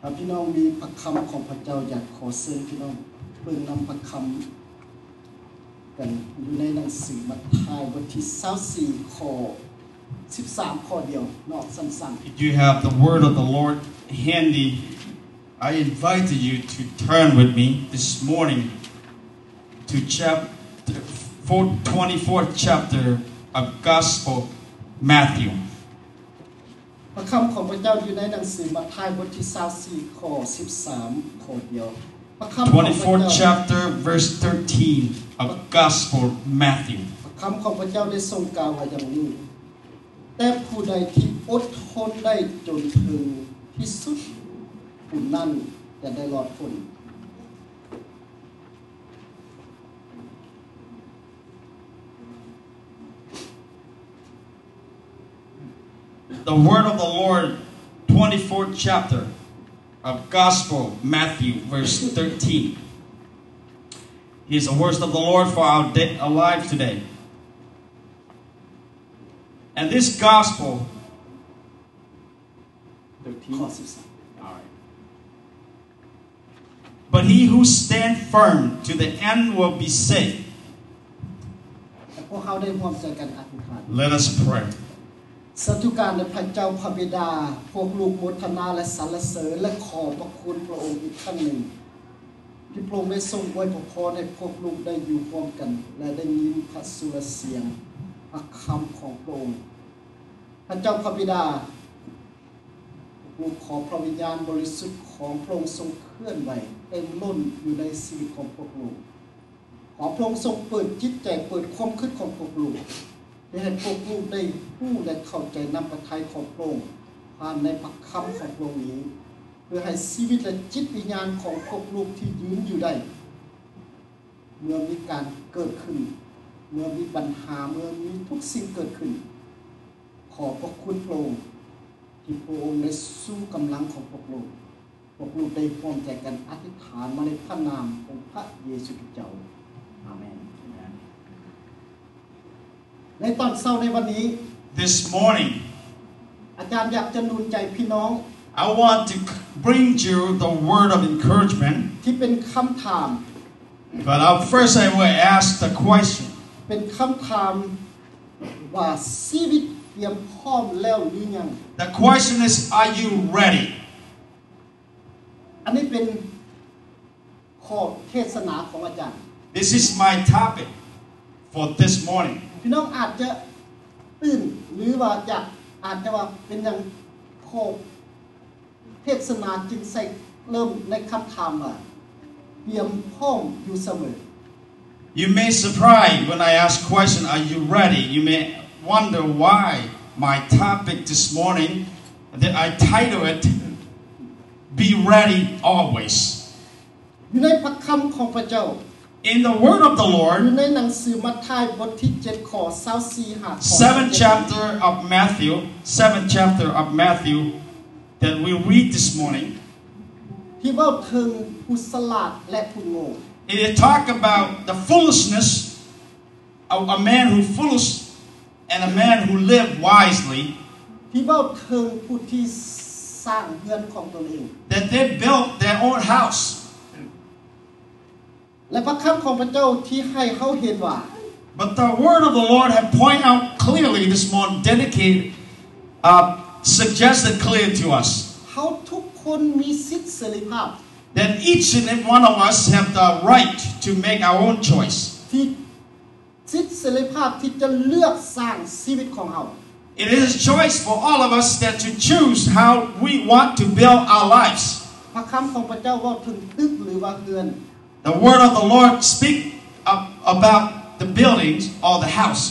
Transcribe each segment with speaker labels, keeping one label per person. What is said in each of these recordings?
Speaker 1: ครับพี่น้องมีประคำของพระเจ้าอยากขอเชิญพี่น้องเบิ่งนำประคำกันอยู่ในหนังสือมัทธิวบทที่24ข้อ13ข้อเดียวเนอกสั้น
Speaker 2: If you have the word of the Lord handy, I invited you to turn with me this morning to chapter four- 24th chapter of Gospel Matthew.
Speaker 1: ๆ ประคำของพระเจ้าอยู่ในหนังสือมัทธิวบทที่24ข้อ13ข้อเดียว ประคำของพระเจ้า
Speaker 2: 24th chapter, verse 13 of Gospel Matthew.
Speaker 1: คำของพระเจ้าได้ทรงกล่าวไว้อย่างนี้ แต่ผู้ใดที่อดทนได้จนถึงที่สุดผู้นั้นจะได้รอดพ้น
Speaker 2: The word of the Lord, 24th chapter of Gospel, Matthew, verse 13. He is the word of the Lord for our, day, our lives today. And this gospel
Speaker 1: ข้อสิบสาม
Speaker 2: But he who stand firm to the end will be saved.
Speaker 1: แต่พวกเขาได้ร่วมใจกันอธิษฐาน
Speaker 2: Let us pray.
Speaker 1: สัตุการในพระเจ้าพระบิดา พวกลูกโมทนาและสรรเสริญและขอบพระคุณพระองค์อีกครั้งหนึ่ง ที่พระองค์ได้ทรงอวยพรให้พวกลูกได้อยู่ร่วมกัน และได้ยินพระสุรเสียงพระคำของพระองค์ พระเจ้าพระบิดา ลูกขอพระวิญญาณบริสุทธิ์ของพระองค์ทรงเคลื่อนไหวเต็มล้นอยู่ในชีวิตของพวกลูก ขอพระองค์ทรงเปิดจิตใจเปิดความคิดของพวกลูกและให้พวกลูกได้ผู้และเข้าใจนำประทัยของพระองค์ผ่านในพระคำของพระองค์นี้ เพื่อให้ชีวิตและจิตวิญญาณของพวกลูกที่ยืนอยู่ได้ เมื่อมีการเกิดขึ้น เมื่อมีปัญหาเมื่อมีทุกสิ่งเกิดขึ้น ขอบพระคุณพระองค์ที่พระองค์ได้สู้กำลังของพวกลูกพวกลูกได้พร้อมใจกันอธิษฐานมาในพระนามของพระเยซูคริสต์เจ้าอาเมน ในตอนเช้าในวันนี้
Speaker 2: This morning,
Speaker 1: อาจารย์อยากจะหนุนใจพี่น้อง
Speaker 2: I want to bring you the word of encouragement,
Speaker 1: ที่เป็นคำถาม
Speaker 2: but I'll- first I will ask the question.
Speaker 1: เป็นคำถามว่าชีวิตเตรียมพร้อมแล้วหรือยัง
Speaker 2: The question is, are you ready?
Speaker 1: อันนี้เป็นขอบเทศนาของอาจารย์
Speaker 2: This is my topic for this morning.
Speaker 1: พี่น้องอาจจะตื่นหรือว่าอยากอาจจะว่าเป็นอย่างขอบเทศนาจึงใส่เริ่มในคำถามว่าเตรียมพร้อมอยู่เสมอ
Speaker 2: You may surprise when I ask question, are you ready? You may wonder why my topic this morning that I title it Be Ready Always.
Speaker 1: อยู่ในพระคำของพระเจ้า
Speaker 2: In the word of the
Speaker 1: อยู่
Speaker 2: Lord,
Speaker 1: ในหนังสือมัทธิวบทที่7ข้อ24หาข้อ
Speaker 2: seventh chapter of Matthew, seventh chapter of Matthew that we read this morning,
Speaker 1: ที่เว่าถึงผู้สลาดและผู้โง่
Speaker 2: it talk about the foolishness of a man who foolish and a man who live wisely
Speaker 1: ที่เว่าถึงผู้ที่สร้างเรือนของตนเอง
Speaker 2: that they built their own house.
Speaker 1: และพระคำของพระเจ้าที่ให้เขาเห็นว่า
Speaker 2: But the word of the Lord had pointed out clearly this morning, dedicated, uh, suggested clear to us
Speaker 1: เขาทุกคนมีสิทธิเสรีภาพ
Speaker 2: that each and every one of us have the right to make our own choice.
Speaker 1: ที่สิทธิเสรีภาพที่จะเลือกสร้างชีวิตของเขา
Speaker 2: It is a choice for all of us that to choose how we want to build our lives.
Speaker 1: พระคำของพระเจ้าเว่าถึงตึกหรือว่าเรือน
Speaker 2: The word of the Lord speak ab- about the buildings or the house.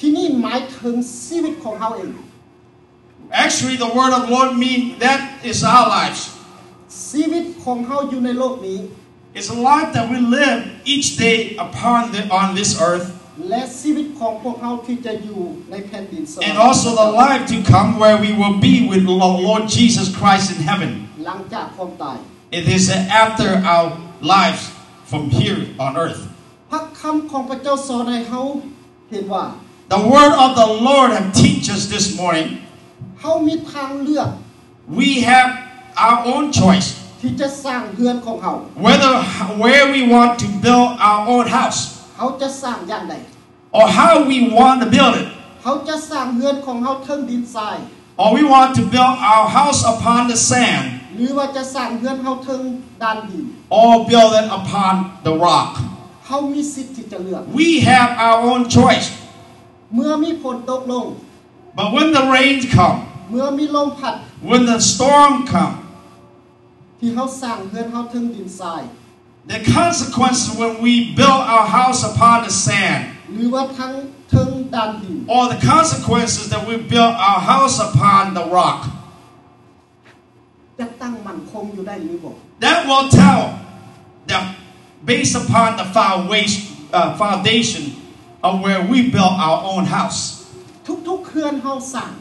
Speaker 1: ที่นี่หมายถึงชีวิตของเขาเอง
Speaker 2: Actually, the word of the Lord mean that is our lives.
Speaker 1: ชีวิตของเขาอยู่ในโลกนี้
Speaker 2: It's a life that we live each day upon the, on this earth,
Speaker 1: และชีวิตของพวกเขาที่จะอยู่ในแผ่นดินสวรร
Speaker 2: and
Speaker 1: ค์
Speaker 2: also the life to come where we will be with the Lord Jesus Christ in heaven.
Speaker 1: หลังจากความตาย
Speaker 2: It is after our lives from here on earth.
Speaker 1: พระคำของพระเจ้าสอนให้เขาเห็นว่า
Speaker 2: The word of the Lord have teach us this morning.
Speaker 1: เขามีทางเลือก
Speaker 2: We have our own choice
Speaker 1: ที่จะสร้างเฮือนของเขา
Speaker 2: whether where we want to build our own house
Speaker 1: เขาจะสร้างอย่างใด
Speaker 2: or how we want to build it
Speaker 1: เขาจะสร้างเฮือนของเขาเทิงดินทราย
Speaker 2: or we want to build our house upon the sand
Speaker 1: หรือว่าจะสร้างเฮือนเขาเทิงดานดิน
Speaker 2: or build it upon the rock
Speaker 1: เขามีสิทธิ์ที่จะเลือก
Speaker 2: we have our own choice
Speaker 1: เมื่อมีฝนตกลง
Speaker 2: but when the rains come
Speaker 1: เมื่อมีลมพัด
Speaker 2: when the storm come
Speaker 1: ที่เขาสร้างเฮือนเขาเทิงดินทราย
Speaker 2: the consequences when we build our house upon the sand
Speaker 1: หรือว่าทั้งเทิงดานดิน
Speaker 2: or the consequences that we build our house upon the rock
Speaker 1: จะตั้งมั่นคงอยู่ได้หรือบ่
Speaker 2: That will tell that based upon the foundation, uh, foundation of where we built our own house.
Speaker 1: ทุกๆเฮือนเขาสร้าง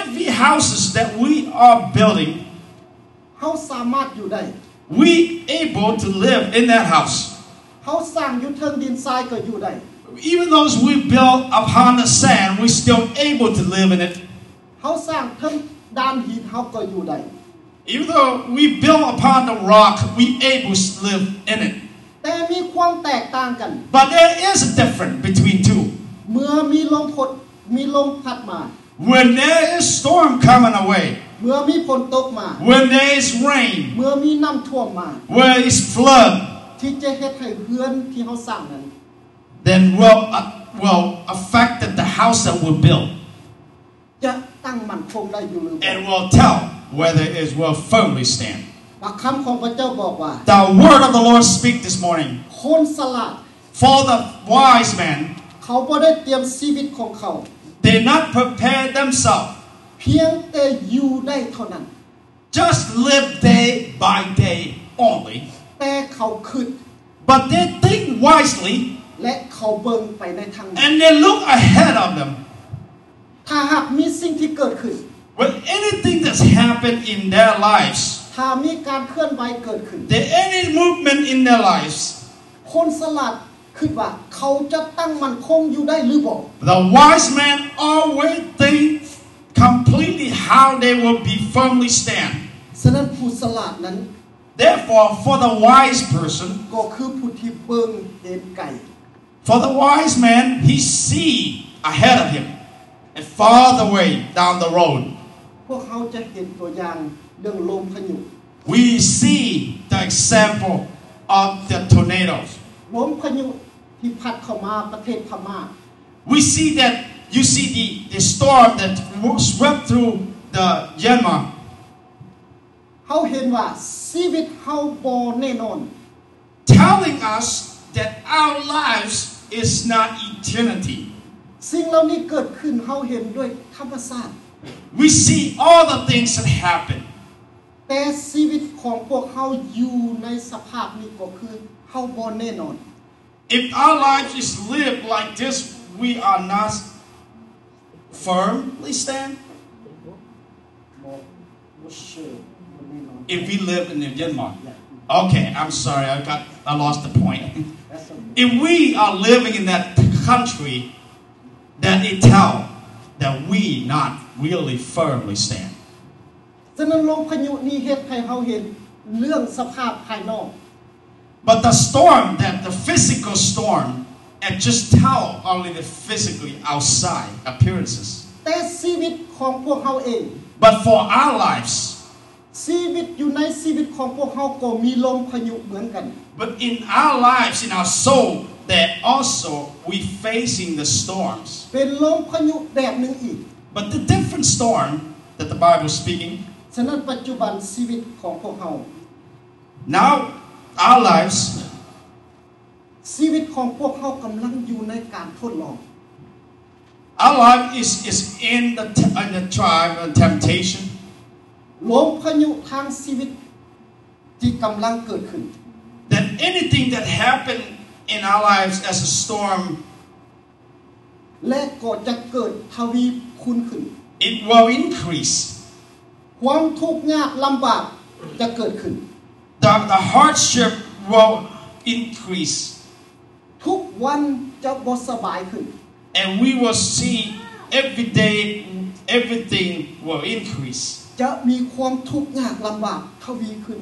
Speaker 2: Every houses that we are building,
Speaker 1: เขาสามารถอยู่ได้
Speaker 2: we able to live in that house.
Speaker 1: เขาสร้างอยู่เทิงดินทรายก็อยู่ได้
Speaker 2: Even though we built upon the sand, we still able to live in it.
Speaker 1: เขาสร้างเทิงดานหินเขาก็อยู่ได้
Speaker 2: Even though we built upon the rock, we able to live in it.
Speaker 1: แต่มีความแตกต่างกัน
Speaker 2: But there is a difference between two.
Speaker 1: เมื่อมีลมพดมีลมพัดมา
Speaker 2: When there is storm coming away,
Speaker 1: เมื่อมีฝนตกมา
Speaker 2: when there is rain,
Speaker 1: เมื่อมีน้ำท่วมมา
Speaker 2: where is flood
Speaker 1: ที่จะเฮ็ดให้เฮือนที่เขาสร้างนั้น
Speaker 2: then will uh, will affect the house that we build
Speaker 1: จะตั้งมั่นคงได้อยู่หรือ
Speaker 2: and will tell whether it will firmly stand
Speaker 1: หลักคำของพระเจ้าบอกว่า
Speaker 2: the word of the lord speak this morning
Speaker 1: คนสลาด
Speaker 2: for the wise man
Speaker 1: เขาบ่ได้เตรียมชีวิตของเขา
Speaker 2: they not prepare themselves
Speaker 1: เพียงแต่อยู่ได้เท่านั้น
Speaker 2: just live day by day only
Speaker 1: แต่เขาคิด
Speaker 2: but they think wisely
Speaker 1: และเขาเบิ่งไปในทางนั้น
Speaker 2: and they look ahead of them
Speaker 1: ถ้าหากมีสิ่งที่เกิดขึ้น
Speaker 2: with anything that's happened in their lives
Speaker 1: ถ้ามีการเคลื่อนไหวเกิดขึ้น
Speaker 2: there any movement in their lives
Speaker 1: คนสลัดคิดว่าเขาจะตั้งมั่นคงอยู่ได้หรือบ่
Speaker 2: The wise man always think completely how they will be firmly stand.
Speaker 1: ฉะนั้นผู้สลัดนั้น
Speaker 2: Therefore, for the wise person,
Speaker 1: ก็คือผู้ที่เบิ่งเห็นไก่
Speaker 2: for the wise man, he see ahead of him and far away down the road.
Speaker 1: พวกเขาจะเห็นตัวอย่างเรื่องลมพายุ
Speaker 2: We see the example of the tornadoes.
Speaker 1: ลมพายุที่พัดเข้ามาประเทศพม่า
Speaker 2: We see that you see the, the storm that swept through the Myanmar.
Speaker 1: เขาเห็นว่าชีวิตเขาบ่แน่นอน
Speaker 2: telling us that our lives is not eternity.
Speaker 1: สิ่งเหล่านี้เกิดขึ้นเขาเห็นด้วยธรรมชาติ
Speaker 2: We see all the things that happen,
Speaker 1: แต่ชีวิตของพวกเขาอยู่ในสภาพนี้ก็คือเขาบ่แน่นอน
Speaker 2: If our life is lived like this, we are not firmly stand.
Speaker 1: บ่บ่เชื่อบ่แน่นอน
Speaker 2: If we live in Denmark,
Speaker 1: Yeah.
Speaker 2: okay, I'm sorry, I got, I lost the point.
Speaker 1: That's okay.
Speaker 2: If we are living in that country, that it tell that we not really firmly stand.
Speaker 1: ฉะนั้นลมพายุนี้เฮ็ดให้เฮาเห็นเรื่องสภาพภายนอก
Speaker 2: But the storm, that the physical storm, and just tell only the physically outside appearances.
Speaker 1: แต่ชีวิตของพวกเฮาเอง
Speaker 2: But for our lives,
Speaker 1: ชีวิตอยู่ในชีวิตของพวกเฮาก็มีลมพายุเหมือนกัน
Speaker 2: but in our lives, in our soul, that also we facing the storms.
Speaker 1: เป็นลมพายุแบบหนึ่งอีก
Speaker 2: But the different storm that the Bible is speaking,
Speaker 1: ฉะนั้นปัจจุบันชีวิตของพวกเฮา
Speaker 2: now our lives,
Speaker 1: ชีวิตของพวกเฮากำลังอยู่ในการทดลอง
Speaker 2: our life is, is in the, t- in the tribe of temptation.
Speaker 1: ลมพายุทางชีวิตที่กำลังเกิดขึ้น
Speaker 2: That anything that happened in our lives as a storm
Speaker 1: และก็จะเกิดทวีคูณขึ้น
Speaker 2: it will increase.
Speaker 1: ความทุกข์ยากลำบากจะเกิดขึ้น
Speaker 2: The, the hardship will increase.
Speaker 1: ทุกวันจะบ่สบายขึ้น
Speaker 2: And we will see every day everything will increase.
Speaker 1: จะมีความทุกข์ยากลำบากทวีขึ้น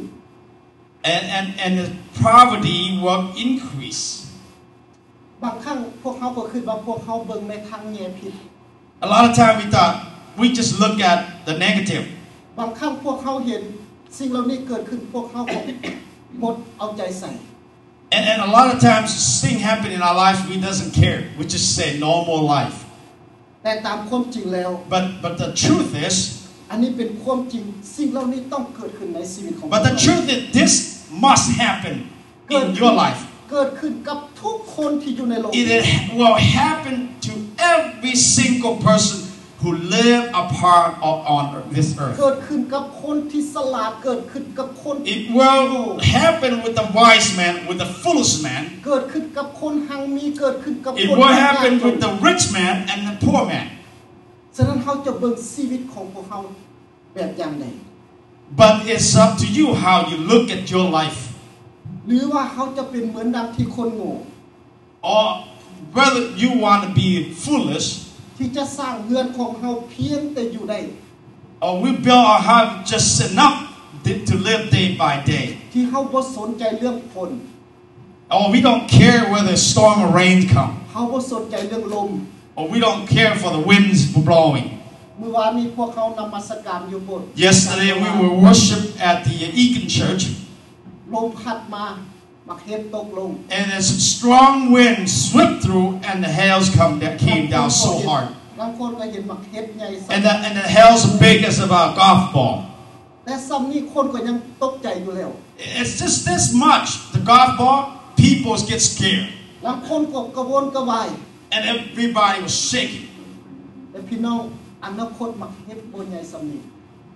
Speaker 2: and, and, and the poverty will increase.
Speaker 1: บางครั้งพวกเขาก็คิดว่าพวกเขาเบิ่งในทางแง่ผิด
Speaker 2: A lot of time we thought we just look at the negative.
Speaker 1: บางครั้งพวกเขาเห็น สิ่งเหล่านี้เกิดขึ้นพวกเขาก็ หมดเอาใจใส่
Speaker 2: And, and a lot of times things happen in our life we doesn't care. We just say normal life.
Speaker 1: แต่ตามความจริงแล้ว
Speaker 2: But but the truth is,
Speaker 1: อันนี้เป็นความจริง สิ่งเหล่านี้ต้องเกิดขึ้นในชีวิตของ
Speaker 2: but
Speaker 1: เรา
Speaker 2: the truth is this must happen in your life.
Speaker 1: เกิดขึ้นกับทุกคนที่อยู่ในโลก
Speaker 2: It will happen to every single person who live apart or on this earth.
Speaker 1: เกิดขึ้นกับคนที่สลาดเกิดขึ้นกับคนที่
Speaker 2: It will happen with the wise man, with the foolish man.
Speaker 1: เกิดขึ้นกับคนหังมีเกิดขึ้นกับ
Speaker 2: It
Speaker 1: คน
Speaker 2: will
Speaker 1: ยากจ
Speaker 2: happen
Speaker 1: น
Speaker 2: with the rich man and the poor man.
Speaker 1: ฉะนั้นเขาจะเบิ่งชีวิตของพวกเขาแบบอย่างใด
Speaker 2: But it's up to you how you look at your life,
Speaker 1: หรือว่าเขาจะเป็นเหมือนดังที่คนโง่
Speaker 2: or whether you want to be foolish,
Speaker 1: ที่จะสร้างเรือนของเขาเพียงแต่อยู่ได้
Speaker 2: or we build our house just enough th- to live day by day,
Speaker 1: ที่เขาบ่สนใจเรื่องคน
Speaker 2: or we don't care whether storm or rain come,
Speaker 1: เขาบ่สนใจเรื่องลม
Speaker 2: or we don't care for the winds blowing.
Speaker 1: เมื่อวานนี้พวกเขานมัสการอยู่โบสถ์
Speaker 2: Yesterday we were worship at the Eakin Church,
Speaker 1: ลมพัดมาบักเห็ดตกลง
Speaker 2: and a strong wind swept through, and the hails come that came down so hard,
Speaker 1: บางคนก็เห็นบักเห็ดใหญ่สัก
Speaker 2: and the, and the hails big as about a golf ball.
Speaker 1: แต่ซ้ำนี่คนก็ยังตกใจอยู่แล้ว
Speaker 2: It's just this much. The golf ball, people get scared.
Speaker 1: บางคนก็กระวนกระวาย
Speaker 2: And everybody was shaking.
Speaker 1: แต่พี่น้องอนาคตมักเฮ็ดบนใหญ่สำนี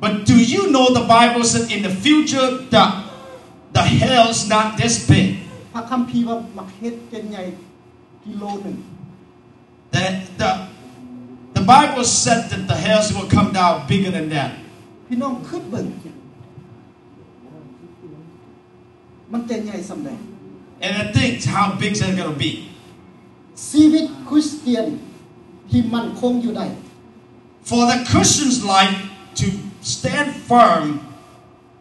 Speaker 2: But do you know the Bible said in the future the, the hell's not this big?
Speaker 1: พระคัมภีร์ว่ามักเฮ็ดเป็นใหญ่กิโลหนึ่ง
Speaker 2: The, the, the Bible said that the hells will come down bigger than that.
Speaker 1: พี่น้องคืดเบิ่งมันจะใหญ่สำแดง
Speaker 2: And I think how big is that going to be?
Speaker 1: ชีวิตคริสเตียนที่มั่นคงอยู่ได้
Speaker 2: For the Christian's life to stand firm,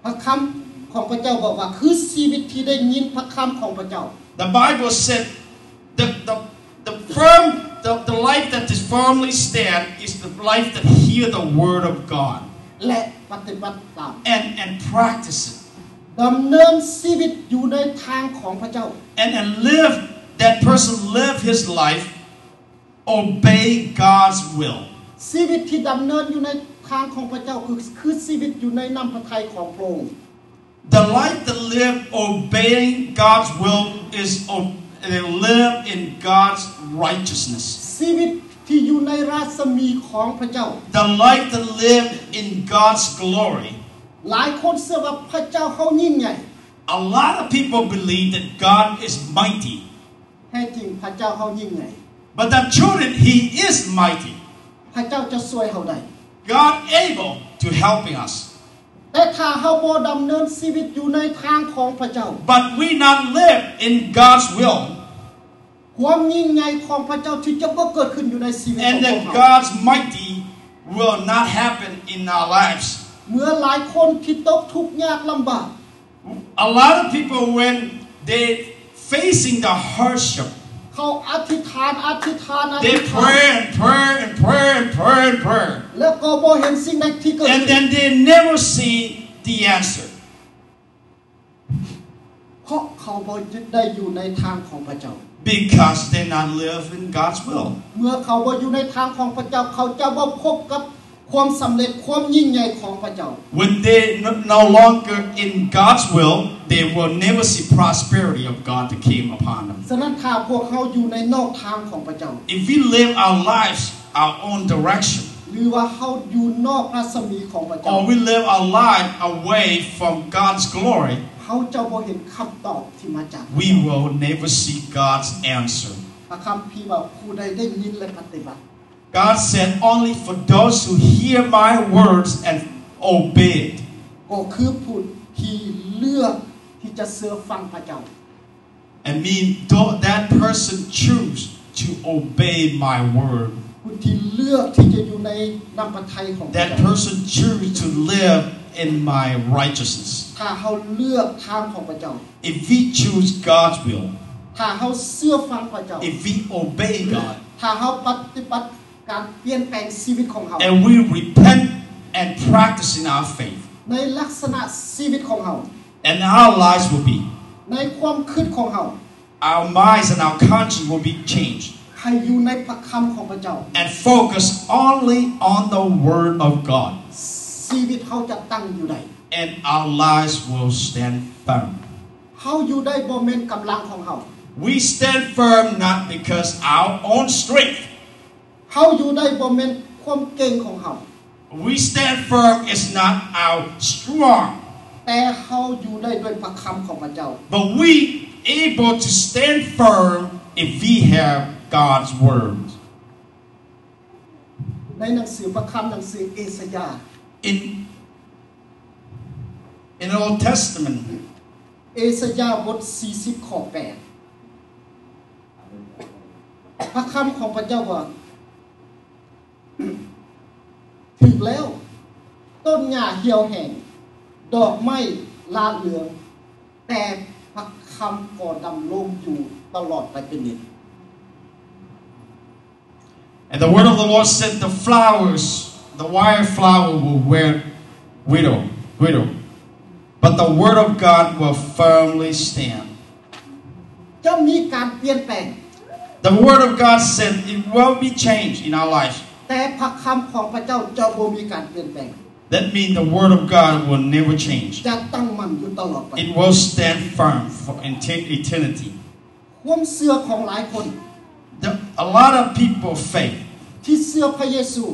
Speaker 1: พระคำของพระเจ้าบอกว่า คือชีวิตที่ได้ยินพระคำของพระเจ้า
Speaker 2: the Bible said the, the, the firm, the, the life that is firmly stand is the life that hear the word of God
Speaker 1: และปฏิบัติตาม
Speaker 2: and, and practice it.
Speaker 1: ดำเนินชีวิตอยู่ในทางของพระเจ้า
Speaker 2: and, and live that person live his life obey god's will
Speaker 1: ชีวิตที่ดำเนินอยู่ในทางของพระเจ้าคือคือชีวิตอยู่ในน้ำพระทัยของพระองค์
Speaker 2: the life that live obeying god's will is o- they live in god's righteousness
Speaker 1: ชีวิตที่อยู่ในราศมีของพระเจ้า
Speaker 2: the life that live in god's glory
Speaker 1: หลายคนเชื่อว่าพระเจ้าเขายิ่งใหญ่
Speaker 2: a lot of people believe that god is mighty
Speaker 1: แท้จริงพระเจ้าเขายิ่งใหญ่
Speaker 2: but the truth is he is mighty
Speaker 1: พระเจ้าจะช่วยเขาได้
Speaker 2: god able to helping us
Speaker 1: แต่ถ้าเขาบ่ดำเนินชีวิตอยู่ในทางของพระเจ้า
Speaker 2: but we not live in god's will
Speaker 1: ความยิ่งใหญ่ของพระเจ้าที่จะบ่เกิดขึ้นอยู่ในชีวิตของ
Speaker 2: and
Speaker 1: พวก
Speaker 2: that
Speaker 1: เขา
Speaker 2: God's mighty will not happen in our lives.
Speaker 1: เมื่อหลายคนที่ตกทุกข์ยากลำบาก
Speaker 2: A lot of people, when they facing the hardship,
Speaker 1: เขาอธิษฐานอธิษฐานอ
Speaker 2: they
Speaker 1: ธิษ
Speaker 2: pray
Speaker 1: ฐาน
Speaker 2: and pray and pray and pray and pray,
Speaker 1: แล้วก็บ่เห็นสิ่งใดที่เกิด
Speaker 2: and
Speaker 1: ขึ้น
Speaker 2: then they never see the answer
Speaker 1: เพราะเขาบ่ได้อยู่ในทางของพระเจ้า
Speaker 2: because they not live in God's will.
Speaker 1: เมื่อเขาบ่อยู่ในทางของพระเจ้า เขาจะบ่พบกับความสำเร็จความยิ่งใหญ่ของพระเจ้า
Speaker 2: When they no no longer in God's will, they will never see prosperity of God that came upon them.
Speaker 1: ฉะนั้นถ้าพวกเขาอยู่ในนอกทางของพระเจ้า
Speaker 2: If we live our lives our own direction,
Speaker 1: หรือว่าเขาอยู่นอกรัศมีของพระเจ้า
Speaker 2: or we live our life away from God's glory,
Speaker 1: เขาจะบ่เห็นคำตอบที่มาจาก
Speaker 2: we will never see God's answer.
Speaker 1: พระคัมภีร์ว่าผู้ใดได้ยินและปฏิบัติ
Speaker 2: God said, Only for those who hear my words and obey it.
Speaker 1: ก็คือผู้ที่เลือกที่จะเชื่อฟังพระเจ้า
Speaker 2: And mean tho- that person choose to obey my word.
Speaker 1: ผู้ที่เลือกที่จะอยู่ในน้ำพระทัยของพระ
Speaker 2: That
Speaker 1: เจ้า
Speaker 2: person choose to live in my righteousness.
Speaker 1: ถ้าเขาเลือกทางของพระเจ้า
Speaker 2: If we choose God's will,
Speaker 1: ถ้าเขาเชื่อฟังพระเจ้า
Speaker 2: if we obey God,
Speaker 1: ถ้าเขาปฏิบัติการเปลี่ยนแปลงชีวิตของเขา
Speaker 2: and we repent and practice in our faith,
Speaker 1: ในลักษณะชีวิตของเขา
Speaker 2: and our lives will be,
Speaker 1: ในความคิดของเขา
Speaker 2: our minds and our conscience will be changed,
Speaker 1: ให้อยู่ในพระคำของพระเจ้า
Speaker 2: and focus only on the Word of God,
Speaker 1: ชีวิตเขาจะตั้งอยู่ใด
Speaker 2: and our lives will stand firm.
Speaker 1: เขาอยู่ได้บ่แม่นกำลังของเขา
Speaker 2: We stand firm not because our own strength.
Speaker 1: เขาอยู่ได้บ่แม่นความเก่งของเขา
Speaker 2: We stand firm is not our strong.
Speaker 1: แต่เขาอยู่ได้ด้วยพระคำของพระเจ้า
Speaker 2: But we able to stand firm if we have God's word.
Speaker 1: ในหนังสือพระคำหนังสือเอสยาห์
Speaker 2: In in the Old Testament,
Speaker 1: เอสยาห์บท 40 ข้อ 8 พระคำของพระเจ้าว่า ถึงแล้ว ต้นหญ้าเหี่ยวแห้งดอกไม้ลาดเหลือง แต่พระคำก็ดำรงอยู่ตลอดไปเป็นนิด
Speaker 2: and the word of the Lord said, "The flowers, the wild flower will wear widow, widow, but the word of God will firmly stand."
Speaker 1: จะมีการเปลี่ยนแปลง
Speaker 2: The word of God said it will be changed in our life.
Speaker 1: แต่พระคำของพระเจ้าจะบ่มีการเปลี่ยนแปลง
Speaker 2: That means the word of God will never change.
Speaker 1: จะตั้งมั่นอยู่ตลอดไป
Speaker 2: It will stand firm for ete- eternity.
Speaker 1: ความเชื่อของหลายคน
Speaker 2: The- a lot of people faith.
Speaker 1: ที่เชื่อพระเยซู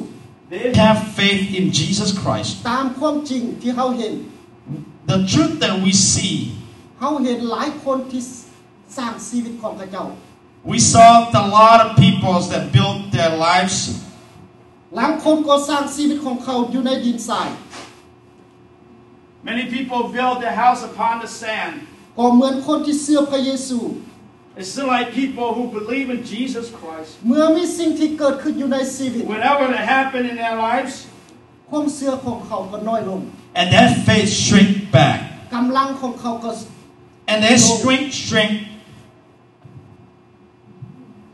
Speaker 2: They have faith in Jesus Christ.
Speaker 1: ตามความจริงที่เขาเห็น
Speaker 2: The truth that we see,
Speaker 1: เขาเห็นหลายคนที่สร้างชีวิตของพระเจ้า
Speaker 2: we saw a lot of peoples that built their lives
Speaker 1: หลายคนก็สร้างชีวิตของเขาอยู่ในดินทราย
Speaker 3: Many people build their house upon the sand.
Speaker 1: ก็เหมือนคนที่เชื่อพระเยซู
Speaker 3: It's still like people who believe in Jesus Christ.
Speaker 1: เมื่อมีสิ่งที่เกิดขึ้นอยู่ในชีวิต
Speaker 3: Whatever that happened in their lives,
Speaker 1: ความเชื่อของเขาก็น้อยลง
Speaker 2: and that faith shrink back.
Speaker 1: กำลังของเขาก็
Speaker 2: And their strength shrink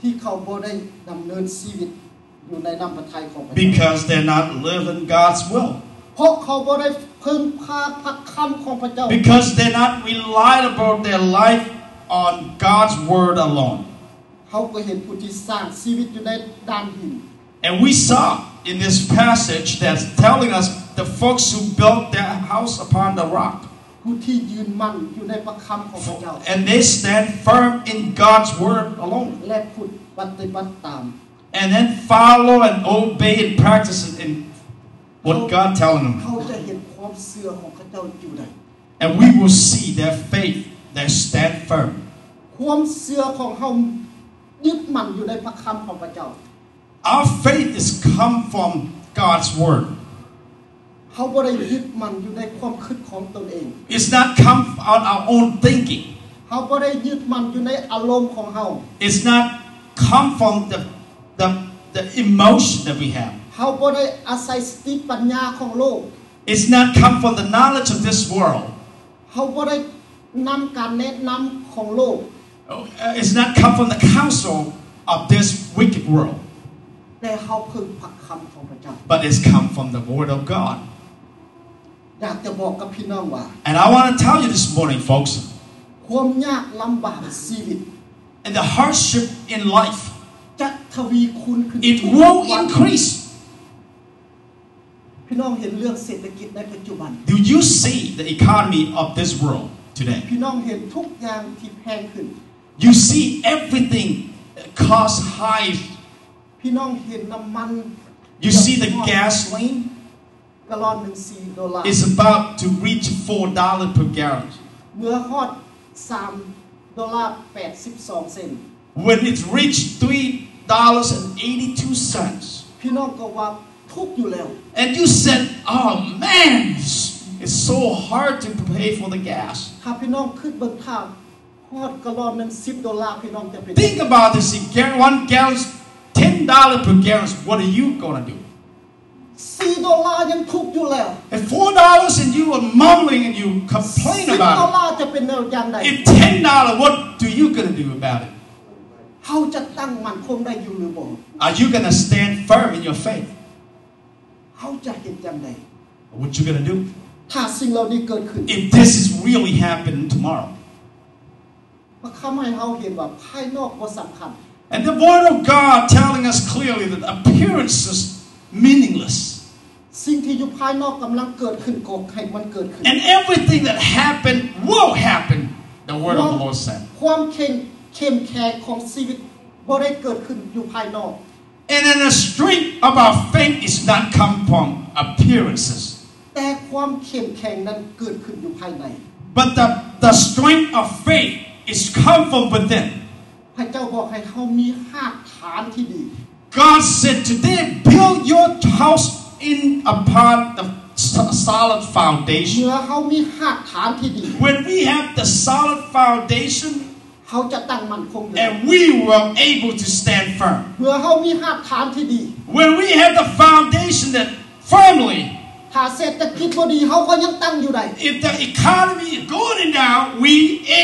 Speaker 1: ที่เขาบ่ได้ดำเนินชีวิตอยู่ในน้ำพระทัยของพระเจ้า
Speaker 2: because they're not living God's will.
Speaker 1: เพราะเขาบ่ได้พึ่งพาพระคำของพระเจ้า
Speaker 2: Because they're not reliant about their life on God's word alone.
Speaker 1: เขาก็เห็นผู้ที่สร้างชีวิตอยู่ในด้านหิน
Speaker 2: And we saw in this passage that's telling us the folks who built their house upon the rock.
Speaker 1: ผู้ที่ยืนมั่นอยู่ในประคำของพระเจ้า
Speaker 2: And they stand firm in God's word alone.
Speaker 1: และผู้ปฏิบัติตาม
Speaker 2: And then follow and obey and practice it in what God telling them.
Speaker 1: เขาจะเห็นความเสื่อของพระเจ้าอยู่ใด
Speaker 2: And we will see their faith, their stand firm.
Speaker 1: ความเสื่อของเขายึดมั่นอยู่ในพระคำของพระเจ้า
Speaker 2: Our faith is come from God's word.
Speaker 1: เขาบ่ได้ยึดมั่นอยู่ในความคิดของตนเอง
Speaker 2: It's not come on our own thinking.
Speaker 1: เขาบ่ได้ยึดมั่นอยู่ในอารมณ์ของเขา
Speaker 2: It's not come from the, the, the emotion that we have.
Speaker 1: เขาบ่ได้อาศัยสติปัญญาของโลก
Speaker 2: It's not come from the knowledge of this world.
Speaker 1: เขาบ่ได้นำการแนะนำของโลก
Speaker 2: Uh, It's not come from the counsel of this wicked world.
Speaker 1: แต่เขาพึ่งพระคำของพระเจ้า
Speaker 2: but it's come from the Word of God.
Speaker 1: อยากจะบอกกับพี่น้องว่า
Speaker 2: And I want to tell you this morning, folks,
Speaker 1: ความยากลำบากชีวิต
Speaker 2: and the hardship in life,
Speaker 1: จะทวีคูณขึ้น
Speaker 2: it
Speaker 1: ทุก
Speaker 2: will
Speaker 1: วัน
Speaker 2: increase.
Speaker 1: พี่น้องเห็นเรื่องเศรษฐกิจในปัจจุบัน
Speaker 2: Do you see the economy of this world today?
Speaker 1: พี่น้องเห็นทุกอย่างที่แพงขึ้น
Speaker 2: You see everything cost high.
Speaker 1: พี่น้องเห็นน้ำมัน
Speaker 2: You see the gasoline
Speaker 1: กะลอนหนึ่งสี่ดอลลาร์
Speaker 2: is about to reach four dollars per gallon.
Speaker 1: เมื่อฮอดสามดอลลาร์แปดสิบสองเซนต์
Speaker 2: When it reached three dollars and eighty-two cents,
Speaker 1: พี่น้องก็ว่าทุกข์อยู่แล้ว
Speaker 2: and you said, "Oh man, it's so hard to pay for the gas."
Speaker 1: ถ้าพี่น้องขึ้นเบิงท่าฮอดกะลอนหนึ่งสิบดอลลาร์พี่น้องจะเป็น
Speaker 2: Think about this. If ga- One gallon ten dollars per gallon. What are you gonna do?
Speaker 1: สี่ดอลลาร์ยังทุกข์อยู่แล้ว
Speaker 2: At four dollars, and you are mumbling and you
Speaker 1: สิ
Speaker 2: complain
Speaker 1: บดอล
Speaker 2: about
Speaker 1: ลาร์จะเป็นแนวอย่างใด
Speaker 2: it. If ten dollars, what do you gonna do about it?
Speaker 1: เขาจะตั้งมั่นคงได้อยู่หรือบ่
Speaker 2: Are you gonna stand firm in your faith?
Speaker 1: เขาจะเห็นอย่างใด
Speaker 2: What you gonna do
Speaker 1: ถ้าสิ่งเหล่านี้เกิดขึ้น
Speaker 2: if this is really happening tomorrow?
Speaker 1: มันทำให้เขาเห็นว่าภายนอกก็สำคัญ
Speaker 2: And the word of God telling us clearly that appearances meaningless.
Speaker 1: สิ่งที่อยู่ภายนอกกำลังเกิดขึ้นก็ให้มันเกิดขึ้น
Speaker 2: And everything that happened will happen, the word of the Lord said.
Speaker 1: ความเข้มเข้มแข็งของชีวิตบ่ได้เกิดขึ้นอยู่ภายนอก
Speaker 2: And then the strength of our faith is not come from appearances,
Speaker 1: แต่ความเข้มแข็งนั้นเกิดขึ้นอยู่ภายใน
Speaker 2: but the, the strength of faith is come from within.
Speaker 1: พระเจ้าบอกให้เขามีหากฐานที่ดี
Speaker 2: God said, Today, build your house in upon the so- solid foundation.
Speaker 1: เมื่อเขามีหากฐานที่ดี
Speaker 2: When we have the solid foundation,
Speaker 1: เขาจะตั้งมั่นคงอยู่
Speaker 2: and we were able to stand firm.
Speaker 1: เมื่อเขามีหากฐานที่ดี
Speaker 2: When we have the foundation that firmly,
Speaker 1: ถ้าเศรษฐกิจบ่ดีเขาก็ยังตั้งอยู่ได้
Speaker 2: if the economy is going down, we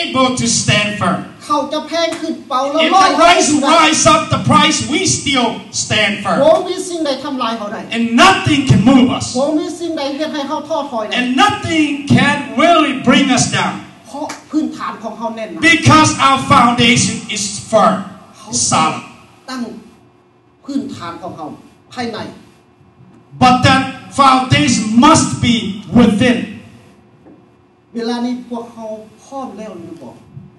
Speaker 2: able to stand firm.
Speaker 1: เขาจะแพงขึ้นเป่าละ
Speaker 2: If
Speaker 1: ร้อย
Speaker 2: the
Speaker 1: เขา
Speaker 2: price
Speaker 1: อยู่ได้
Speaker 2: rise up, the price we still stand
Speaker 1: บ่
Speaker 2: firm,
Speaker 1: มีสิ่งใดทำลายเขาได้
Speaker 2: and nothing can move us,
Speaker 1: บ่มีสิ่งใดเฮ็ดให้เขาท้อถอยได้
Speaker 2: and nothing can really bring us down,
Speaker 1: เพราะพื้นฐานของเขาแน่นหนา
Speaker 2: because our foundation is firm, solid.
Speaker 1: ตั้งพื้นฐานของเขาภายใน
Speaker 2: But that foundation must be within.
Speaker 1: เวลานี้พวกเขาพร้อมแล้วหรือเปล่า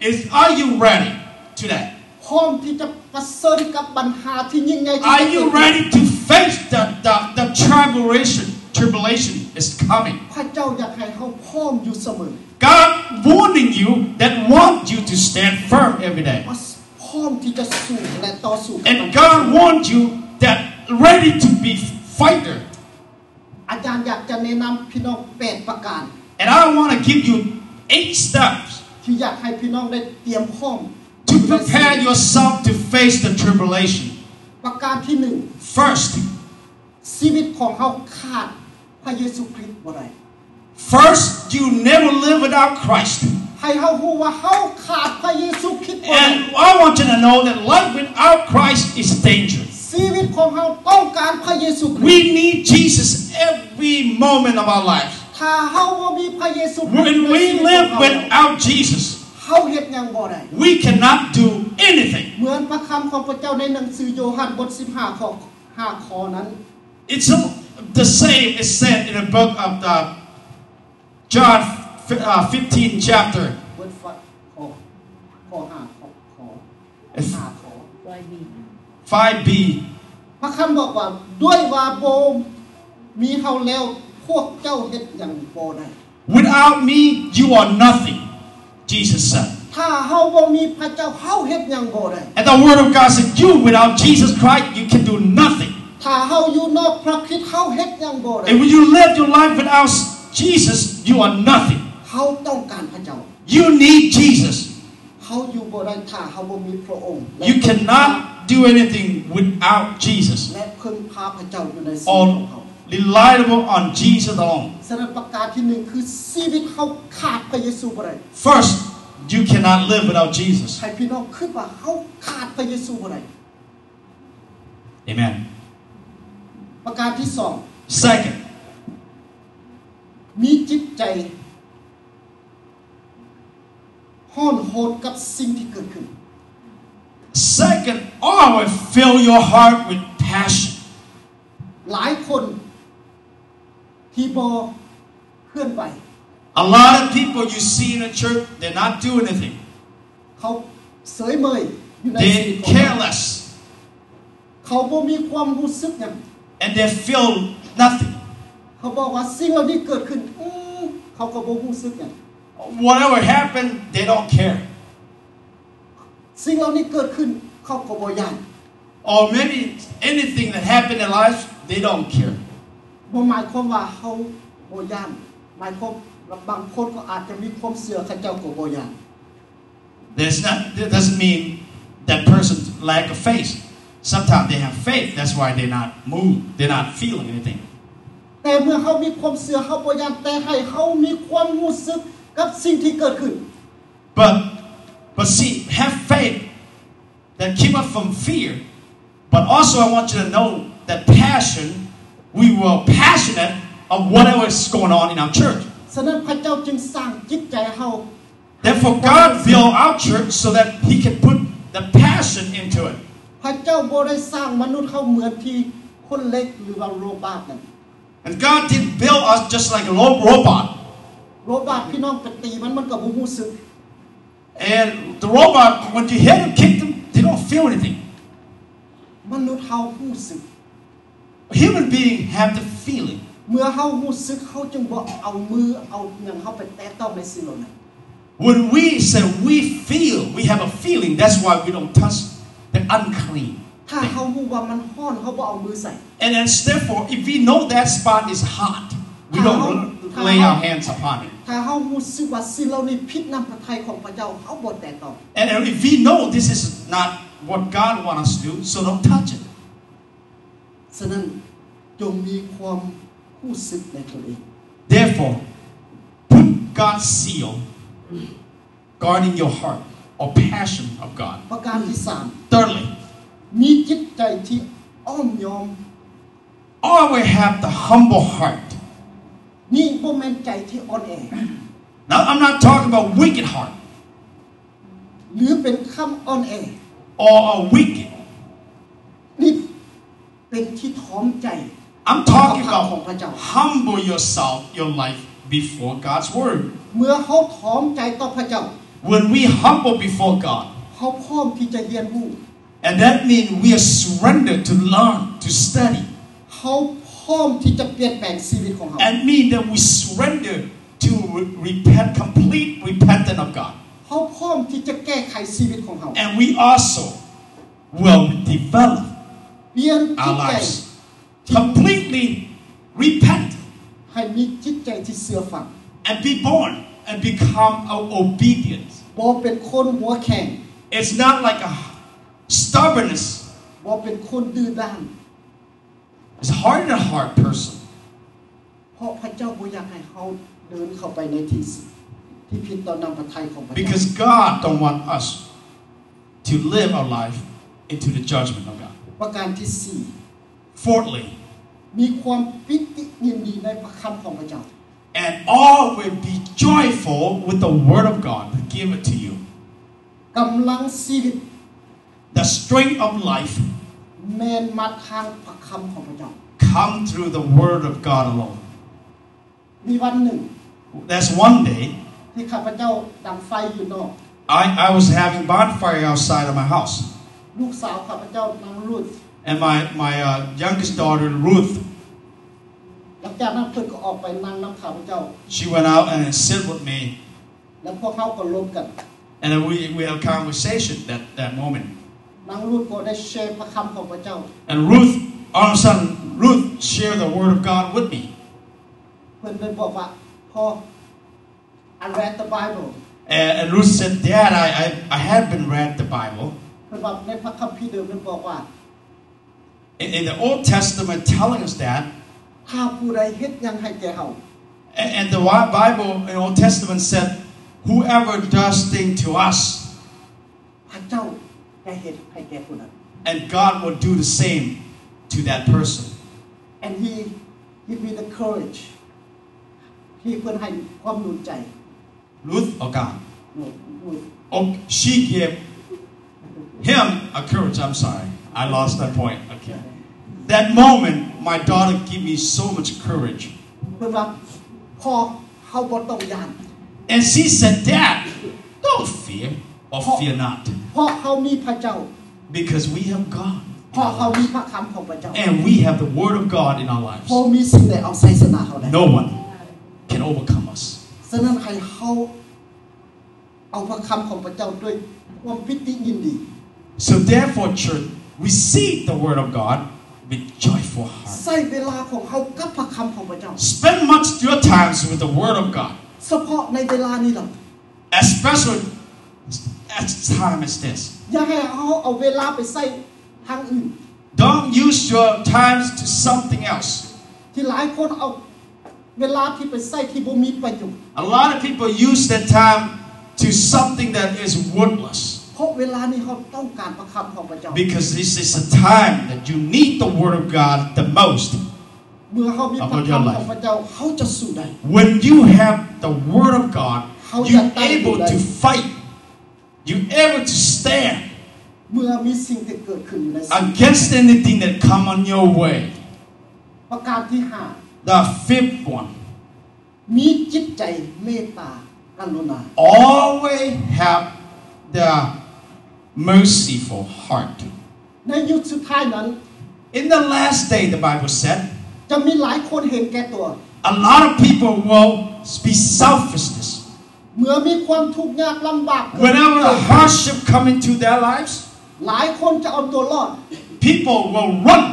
Speaker 2: Is are you ready to that?
Speaker 1: พร้อมที่จะประเสริญกับปัญหาที่ยิ่งใหญ่ที่
Speaker 2: Are
Speaker 1: จะเกิด
Speaker 2: you
Speaker 1: ขึ้น
Speaker 2: ready to face the, the, the tribulation? Tribulation is coming.
Speaker 1: พระเจ้าอยากให้เขาพร้อมอยู่เสมอ
Speaker 2: God warning you that want you to stand firm every day.
Speaker 1: ว่าพร้อมที่จะสู้และต่อสู้กับปัญ
Speaker 2: And
Speaker 1: หา
Speaker 2: God warned you that ready to be fighter.
Speaker 1: อาจารย์อยากจะแนะนำพี่น้องแปดประการ
Speaker 2: And I want to give you eight steps
Speaker 1: ที่อยากให้พี่น้องได้เตรียมพร้อม
Speaker 2: to prepare yourself to face the tribulation.
Speaker 1: ประการที่หนึ่ง
Speaker 2: First,
Speaker 1: ชีวิตของเขาขาดพระเยซูคริสต์บ่ได้
Speaker 2: first you never live without Christ.
Speaker 1: ให้เขารู้ว่าเขาขาดพระเยซูคริสต์บ่ได้
Speaker 2: And I want you to know that life without Christ is dangerous.
Speaker 1: ชีวิตของเขาต้องการพระเยซูคริสต์
Speaker 2: We need Jesus every moment of our life.
Speaker 1: ถ้าเขาบ่มีพระเยซูคริสต์
Speaker 2: When
Speaker 1: ใน
Speaker 2: we
Speaker 1: ชีวิต
Speaker 2: live
Speaker 1: ของเขา
Speaker 2: without Jesus,
Speaker 1: เขาเฮ็ดหยังบ่ได้
Speaker 2: we cannot do anything.
Speaker 1: เหมือนพระคำของพระเจ้าในหนังสือโยฮันบท 15 ข้อ5ข้อนั้น
Speaker 2: It's a- the same as said in the book of the John fi- uh, 15 chapter.
Speaker 1: บทฟัดข้อข้อ5ข้อข้อ
Speaker 2: It's
Speaker 1: 5ข้อ
Speaker 2: 5b.
Speaker 1: พระคำบอกว่าด้วยว่าโบมีเขาแล้วพวกเจ้าเฮ็ดหยังบ่ได้
Speaker 2: Without me, you are nothing, Jesus said.
Speaker 1: ถ้าเฮาบ่มีพระเจ้าเฮาเฮ็ดหยังบ่ได้
Speaker 2: And the word of God said, You without Jesus Christ, you can do nothing.
Speaker 1: ถ้าเฮาอยู่นอกพระคริสต์เฮาเฮ็ดหยังบ่ได้
Speaker 2: And when you live your life without Jesus, you are nothing.
Speaker 1: เฮาต้องการพระเจ้า
Speaker 2: You need Jesus.
Speaker 1: เฮาอยู่บ่ได้ถ้าเฮาบ่มีพระองค์และ
Speaker 2: You cannot do anything without Jesus.
Speaker 1: และเพิ่งพาพระเจ้าอยู่ในชีวิตของเขา
Speaker 2: Or reliable on Jesus alone.
Speaker 1: สำหรับประการที่หนึ่งคือชีวิตเขาขาดพระเยซูบ่ได้
Speaker 2: First, you cannot live without Jesus.
Speaker 1: ให้พี่น้องคิดว่าเขาขาดพระเยซูบ่ได้
Speaker 2: Amen.
Speaker 1: ประการที่สอง
Speaker 2: Second,
Speaker 1: มีจิตใจห้อนโหดกับสิ่งที่เกิดขึ้น
Speaker 2: second, always fill your heart with passion.
Speaker 1: หลายคนที่บอเคลื่อนไหว
Speaker 2: A lot of people you see in the church, they're not doing anything.
Speaker 1: เขาเสยเมยอยู่ในชีวิต
Speaker 2: They're
Speaker 1: ของเขา
Speaker 2: careless
Speaker 1: เขาบ่มีความรู้สึกหยัง
Speaker 2: and they feel nothing.
Speaker 1: เขาบอกว่าสิ่งเหล่านี้เกิดขึ้นอื้อเขาก็บ่รู้สึกหยัง
Speaker 2: Whatever happened, they don't care.
Speaker 1: สิ่งเหล่านี้เกิดขึ้นเขาก็บ่ยาน
Speaker 2: Or maybe anything that happened in their life, they don't care.
Speaker 1: บ่หมายความว่าเขาบ่ย่านหมายความว่าบางคนก็อาจจะมีความเสื่อเขาเจ้าก็บ่ย่าน
Speaker 2: That's not, that doesn't mean that person lack of faith. Sometimes they have faith. That's why they're not moved. They're not feeling anything.
Speaker 1: แต่เมื่อเขามีความเสื่อเขาบ่ยานแต่ให้เขามีความรู้สึกกับสิ่งที่เกิดขึ้น
Speaker 2: But but see, have faith that keep us from fear. But also I want you to know that passion, we were passionate of whatever is going on in our church.
Speaker 1: ฉะนั้นพระเจ้าจึงสร้างจิตใจเฮา
Speaker 2: Therefore, God built our church so that He can put the passion into it.
Speaker 1: พระเจ้าบ่ได้สร้างมนุษย์เฮาเหมือนที่คนเล็กหรือว่าโรบอทนั่น
Speaker 2: And God didn't build us just like a lo- robot.
Speaker 1: โรบอทพี่น้องไปตีมันมันก็บ่รู้สึก
Speaker 2: And the robot, when you hit them, kick them, they don't feel anything.
Speaker 1: มนุษย์เฮารู้สึก
Speaker 2: Human beings have the feeling.
Speaker 1: เมื่อเฮารู้สึกเขาจึงบ่เอามือเอาหยังเฮาไปแตะต้องในสิ่งเหล่านั้น
Speaker 2: When we say we feel, we have a feeling, that's why we don't touch the unclean.
Speaker 1: ถ้าเฮารู้ว่ามันฮ้อนเฮาบ่เอามือใส่
Speaker 2: And it's therefore, if we know that spot is hot, we don't
Speaker 1: How-
Speaker 2: lay
Speaker 1: how-
Speaker 2: our hands upon it.
Speaker 1: ถ้าเฮารู้สึกว่าสิ่งเหล่านี้ผิดน้ำพระทัยของพระเจ้าเฮาบ่แตะต้อง
Speaker 2: And if we know this is not what God wants us to do, so don't touch it.
Speaker 1: ฉะนั้นจงมีความรู้สึกในตัวเอง
Speaker 2: Therefore, put God's seal guarding your heart or passion of God.
Speaker 1: ประการที่สาม
Speaker 2: Thirdly,
Speaker 1: มีจิตใจที่อ้อมยอม
Speaker 2: always have the humble heart.
Speaker 1: นี่บ่แม่นใจที่อ่อนแอ
Speaker 2: Now, I'm not talking about wicked heart
Speaker 1: หรือเป็นคำอ่อนแอ
Speaker 2: or a wicked.
Speaker 1: นี่เป็นที่ท้อมใจ
Speaker 2: I'm talking
Speaker 1: Humble heart.
Speaker 2: about humble yourself, your life before God's word.
Speaker 1: เมื่อเขาท้อมใจต่อพระเจ้า
Speaker 2: When we humble before God,
Speaker 1: เขาพร้อมที่จะเรียนรู้
Speaker 2: and that means we are surrendered to learn, to study,
Speaker 1: เขาพร้อมที่จะเปลี่ยนแปลงชีวิตของเขา
Speaker 2: and mean that we surrender to re- repent, complete repentance of God.
Speaker 1: เขาพร้อมที่จะแก้ไขชีวิตของเขา
Speaker 2: And we also will develop
Speaker 1: เปลี่ยนจิ
Speaker 2: our
Speaker 1: ตใจ
Speaker 2: lives. Completely repent
Speaker 1: ให้มีจิตใจที่เสื่อฝัง
Speaker 2: and be born and become a- obedient.
Speaker 1: บ่เป็นคนหัวแข็ง
Speaker 2: It's not like a stubbornness.
Speaker 1: บ่เป็นคนดื้อด้าน
Speaker 2: It's hard in a hard person.
Speaker 1: เพราะพระเจ้าบ่อยากให้เขาเดินเข้าไปในที่สิ่งที่ผิดต่อน้ำพระทัยของพระเจ้า
Speaker 2: Because God don't want us to live our life into the judgment of God.
Speaker 1: ประการที่สี่
Speaker 2: Fourthly,
Speaker 1: มีความปิติยินดีในพระคำของพระเจ้า
Speaker 2: and always be joyful with the word of God to give it to you.
Speaker 1: กำลังชีวิต
Speaker 2: The strength of life
Speaker 1: แมนมาทางพระคำของพระเจ้า
Speaker 2: come through the word of God alone.
Speaker 1: มีวันหนึ่ง
Speaker 2: That's one day
Speaker 1: ที่ข้าพเจ้าดังไฟอยู่นอก
Speaker 2: I, I was having bonfire outside of my house.
Speaker 1: ลูกสาวข้าพเจ้านางรุ่น
Speaker 2: And my, my uh, youngest daughter, Ruth,
Speaker 1: หลังจากนั้นเพิ่นก็ออกไปนั่งน้ำข้าพเจ้า
Speaker 2: she went out and sit with me.
Speaker 1: แล้วพวกเขาก็ร่วมกัน
Speaker 2: And then we, we had a conversation that, that moment.
Speaker 1: นางรุ่นก็ได้แชร์พระคำของพระเจ้า
Speaker 2: And Ruth, all of a sudden, Ruth shared the word of God with me.
Speaker 1: เพิ่นได้บอกว่าพ่อ I read the Bible
Speaker 2: And, and Ruth said, Dad, I, I, I had been read the Bible.
Speaker 1: เพิ่นว่าในพระคัมภีร์เดิมเพิ่นบอกว่า
Speaker 2: In, in the Old Testament, telling us that.
Speaker 1: ถ้าผู้ใดเฮ็ดหยังให้แก่เฮา
Speaker 2: A- And, the Wi- Bible in Old Testament said, Whoever does thing to us,
Speaker 1: พระเจ้าจะเฮ็ดให้แก่ผู้นั้น
Speaker 2: and God will do the same to that person.
Speaker 1: and he give me the courage ที่เพิ่นให้ความหนุนใจ
Speaker 2: Ruth or God?
Speaker 1: หนุนหนุน
Speaker 2: Oh, she gave him a courage. I'm sorry. I lost that point. Okay. That moment, my daughter gave me so much courage.
Speaker 1: เพิ่นว่าพ่อเฮาบ่ต้องยาน
Speaker 2: And she said, Dad, don't fear or fear not,
Speaker 1: เพราะเฮามีพระเจ้า
Speaker 2: because we have God.
Speaker 1: เพราะเฮามีพระคำของพระเจ้า
Speaker 2: And we have the Word of God in our lives.
Speaker 1: พอมีสิ่งใดเอาใส่สนาเฮาได้
Speaker 2: No one can overcome us.
Speaker 1: ฉะนั้นให้เฮาเอาพระคำของพระเจ้าด้วยความปิติยินดี
Speaker 2: So therefore, church, receive the Word of God with joyful heart.
Speaker 1: ใส่เวลาของเฮากับพระคำของพระเจ้า
Speaker 2: Spend much of your times with the Word of God,
Speaker 1: เฉพาะในเวลานี้ล่ะ
Speaker 2: especially at time as this.
Speaker 1: อย่าให้เฮาเอาเวลาไปใส่ ทางอื่น
Speaker 2: Don't use your times to something else.
Speaker 1: ที่หลายคนเอาเวลาที่ไปใส่ที่บ่มีประโยชน์
Speaker 2: A lot of people use their time to something that is worthless
Speaker 1: เพราะเวลานี้เขาต้องการประคำของพระเจ้า
Speaker 2: because this is a time that you need the Word of God the most.
Speaker 1: เมื่อเขามีประคำของพระเจ้าเขาจะสู้ได้
Speaker 2: When you have the Word of God,
Speaker 1: How
Speaker 2: you're
Speaker 1: that time
Speaker 2: able
Speaker 1: you like?
Speaker 2: to fight, you're able to stand
Speaker 1: เมื่อมีสิ่งที่เกิดขึ้นอยู่ในสิ่ง
Speaker 2: against anything that come on your way.
Speaker 1: ประการที่ห้า
Speaker 2: The fifth one
Speaker 1: มีจิตใจเมตตากรุณา
Speaker 2: always have the merciful heart.
Speaker 1: ในยุคสุดท้ายนั้น
Speaker 2: In the last day, the Bible said,
Speaker 1: จะมีหลายคนเห็นแก่ตัว
Speaker 2: a lot of people will be selfishness.
Speaker 1: เมื่อมีความทุกข์ยากลำบากเกิด
Speaker 2: Whenever a hardship come into their lives,
Speaker 1: หลายคนจะเอาตัวรอด
Speaker 2: people will run.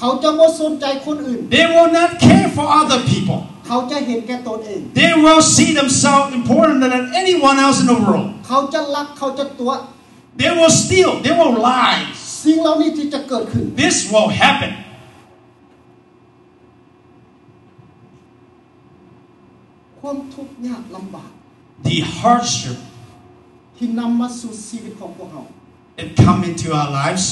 Speaker 1: เขาจะไม่สนใจคนอื่น
Speaker 2: They will not care for other people.
Speaker 1: เขาจะเห็นแก่ตนเอง
Speaker 2: They will see themselves important than anyone else in the world.
Speaker 1: เขาจะรักเขาจะตัว
Speaker 2: They will steal. They will lie.
Speaker 1: สิ่งเหล่านี้ที่จะเกิดขึ้น
Speaker 2: This will happen.
Speaker 1: ความทุกข์ยากลำบาก
Speaker 2: The hardship
Speaker 1: ที่นำมาสู่ชีวิตของพวกเรา
Speaker 2: that come into our lives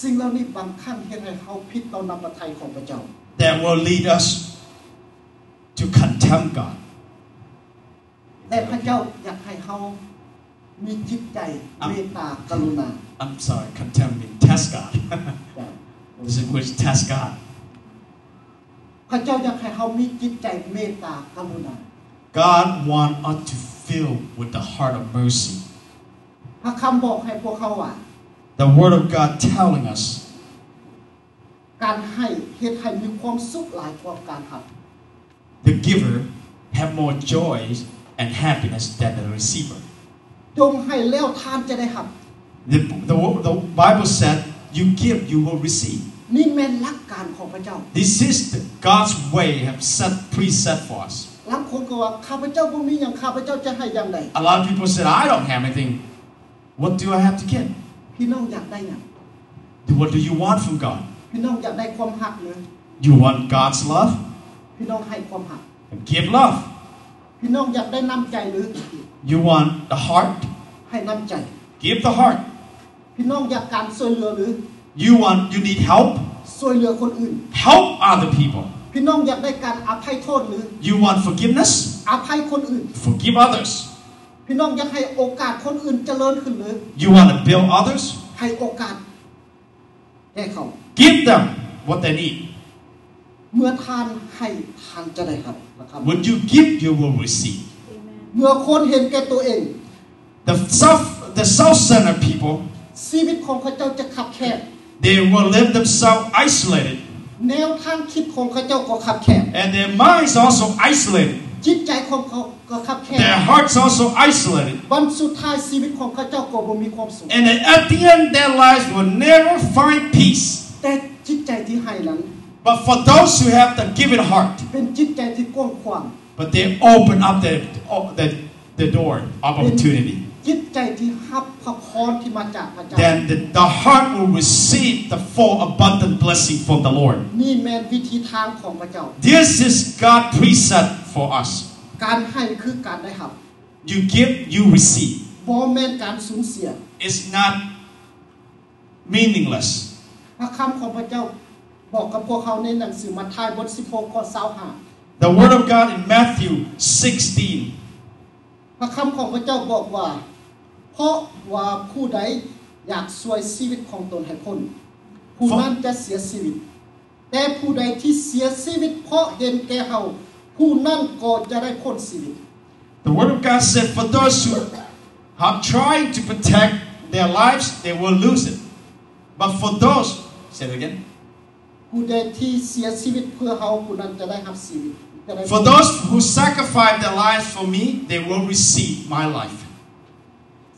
Speaker 1: สิ่งเหล่านี้บางครั้งเห็นให้เขาผิดต่อน้ำพระทัยของพระเจ้า
Speaker 2: that will lead us to contempt God.
Speaker 1: แต่พระเจ้าอยากให้เขามีจิตใจเมตตากรุณา
Speaker 2: I'm sorry, contempt means test God. this is which test God.
Speaker 1: พระเจ้าอยากให้เขามีจิตใจเมตตากรุณา
Speaker 2: God wants us to fill with the heart of mercy.
Speaker 1: พระคำบอกให้พวกเขาว่า
Speaker 2: The Word of God telling us
Speaker 1: การให้เฮ็ดให้มีความสุขหลายกว่าการหับ
Speaker 2: the giver have more joys and happiness than the receiver.
Speaker 1: จงให้แล้วทานจะได้หับ
Speaker 2: The, the, the Bible said, "You give, you will receive."
Speaker 1: นี่แม่นหลักการของพระเจ้า
Speaker 2: This is the, God's way have set preset for us.
Speaker 1: หลังคนก็ว่าข้าพเจ้าบ่มีอย่างข้าพเจ้าจะให้อย่างไร
Speaker 2: A lot of people said, "I don't have anything. What do I have to get?
Speaker 1: พี่น้องอยากได้หยัง
Speaker 2: What do you want from God?
Speaker 1: พี่น้องอยากได้ความหักหรือ
Speaker 2: You want God's love?
Speaker 1: พี่น้องให้ความหัก
Speaker 2: Give love.
Speaker 1: พี่น้องอยากได้น้ำใจหรือ
Speaker 2: You want the heart?
Speaker 1: ให้น้ำใจ
Speaker 2: Give the heart.
Speaker 1: พี่น้องอยากการช่วยเหลือหรือ
Speaker 2: You want you need help?
Speaker 1: ช่วยเหลือคนอื่น
Speaker 2: Help other people.
Speaker 1: พี่น้องอยากได้การอภัยโทษหรือ
Speaker 2: You want forgiveness?
Speaker 1: อภัยคนอื่น
Speaker 2: Forgive others.
Speaker 1: พี่น้องอยากให้โอกาสคนอื่นเจริญขึ้นหรือ
Speaker 2: You want to build others?
Speaker 1: ให้โอกาสแก่เขา
Speaker 2: Give them what they need.
Speaker 1: เมื่อทานให้ทานจะได้ครับนะครับ
Speaker 2: When you give, you will receive.
Speaker 1: เมื่อคนเห็นแก่ตัวเอง
Speaker 2: The self the self-centered people,
Speaker 1: ชีวิตของเขาเจ้าจะขับแคบ
Speaker 2: they will live themselves isolated
Speaker 1: แนวทางคิดของเขาเจ้าก็ขับแคบ
Speaker 2: and their minds also isolated.
Speaker 1: จิตใจของเขาก็ขับแคบ
Speaker 2: Their hearts also isolated.
Speaker 1: วันสุดท้ายชีวิตของเขาเจ้าก็บ่มีความสุข
Speaker 2: And at the end their lives will never find peace.
Speaker 1: แต่จิตใจที่ให้นั้น
Speaker 2: But for those who have the giving heart,
Speaker 1: เป็นจิตใจที่กว้างขวาง
Speaker 2: But they open up the, the, the door of
Speaker 1: เป็น
Speaker 2: opportunity.
Speaker 1: จิตใจที่ฮับพระพรที่มาจากพระเจ้า
Speaker 2: Then the, the heart will receive the full abundant blessing from the Lord.
Speaker 1: นี่แมนวิธีทางของพระเจ้า
Speaker 2: This is God preset for us.
Speaker 1: การให้คือการได้หับ
Speaker 2: You give, you receive.
Speaker 1: บ่แม่นการสูญเสีย
Speaker 2: It's not meaningless.
Speaker 1: พระคำของพระเจ้าบอกกับพวกเขาในหนังสือมัทธิวบท 16ข้อ25
Speaker 2: The Word of God in Matthew 16.
Speaker 1: พระคำของพระเจ้าบอกว่า เพราะว่าผู้ใดอยากช่วยชีวิตของตนให้พ้นผู้นั้นจะเสียชีวิต แต่ผู้ใดที่เสียชีวิต เพราะเห็นแก่เขาผู้นั้นก็จะได้พ้นชีวิต
Speaker 2: The Word of God said, For those who are trying to protect their lives, they will lose it. But for those, say it again.
Speaker 1: ผู้ใดที่เสียชีวิตเพื่อเขาผู้นั้นจะได้รับชีวิตจะได้พ้น
Speaker 2: For those who sacrifice their lives for me, they will receive my life.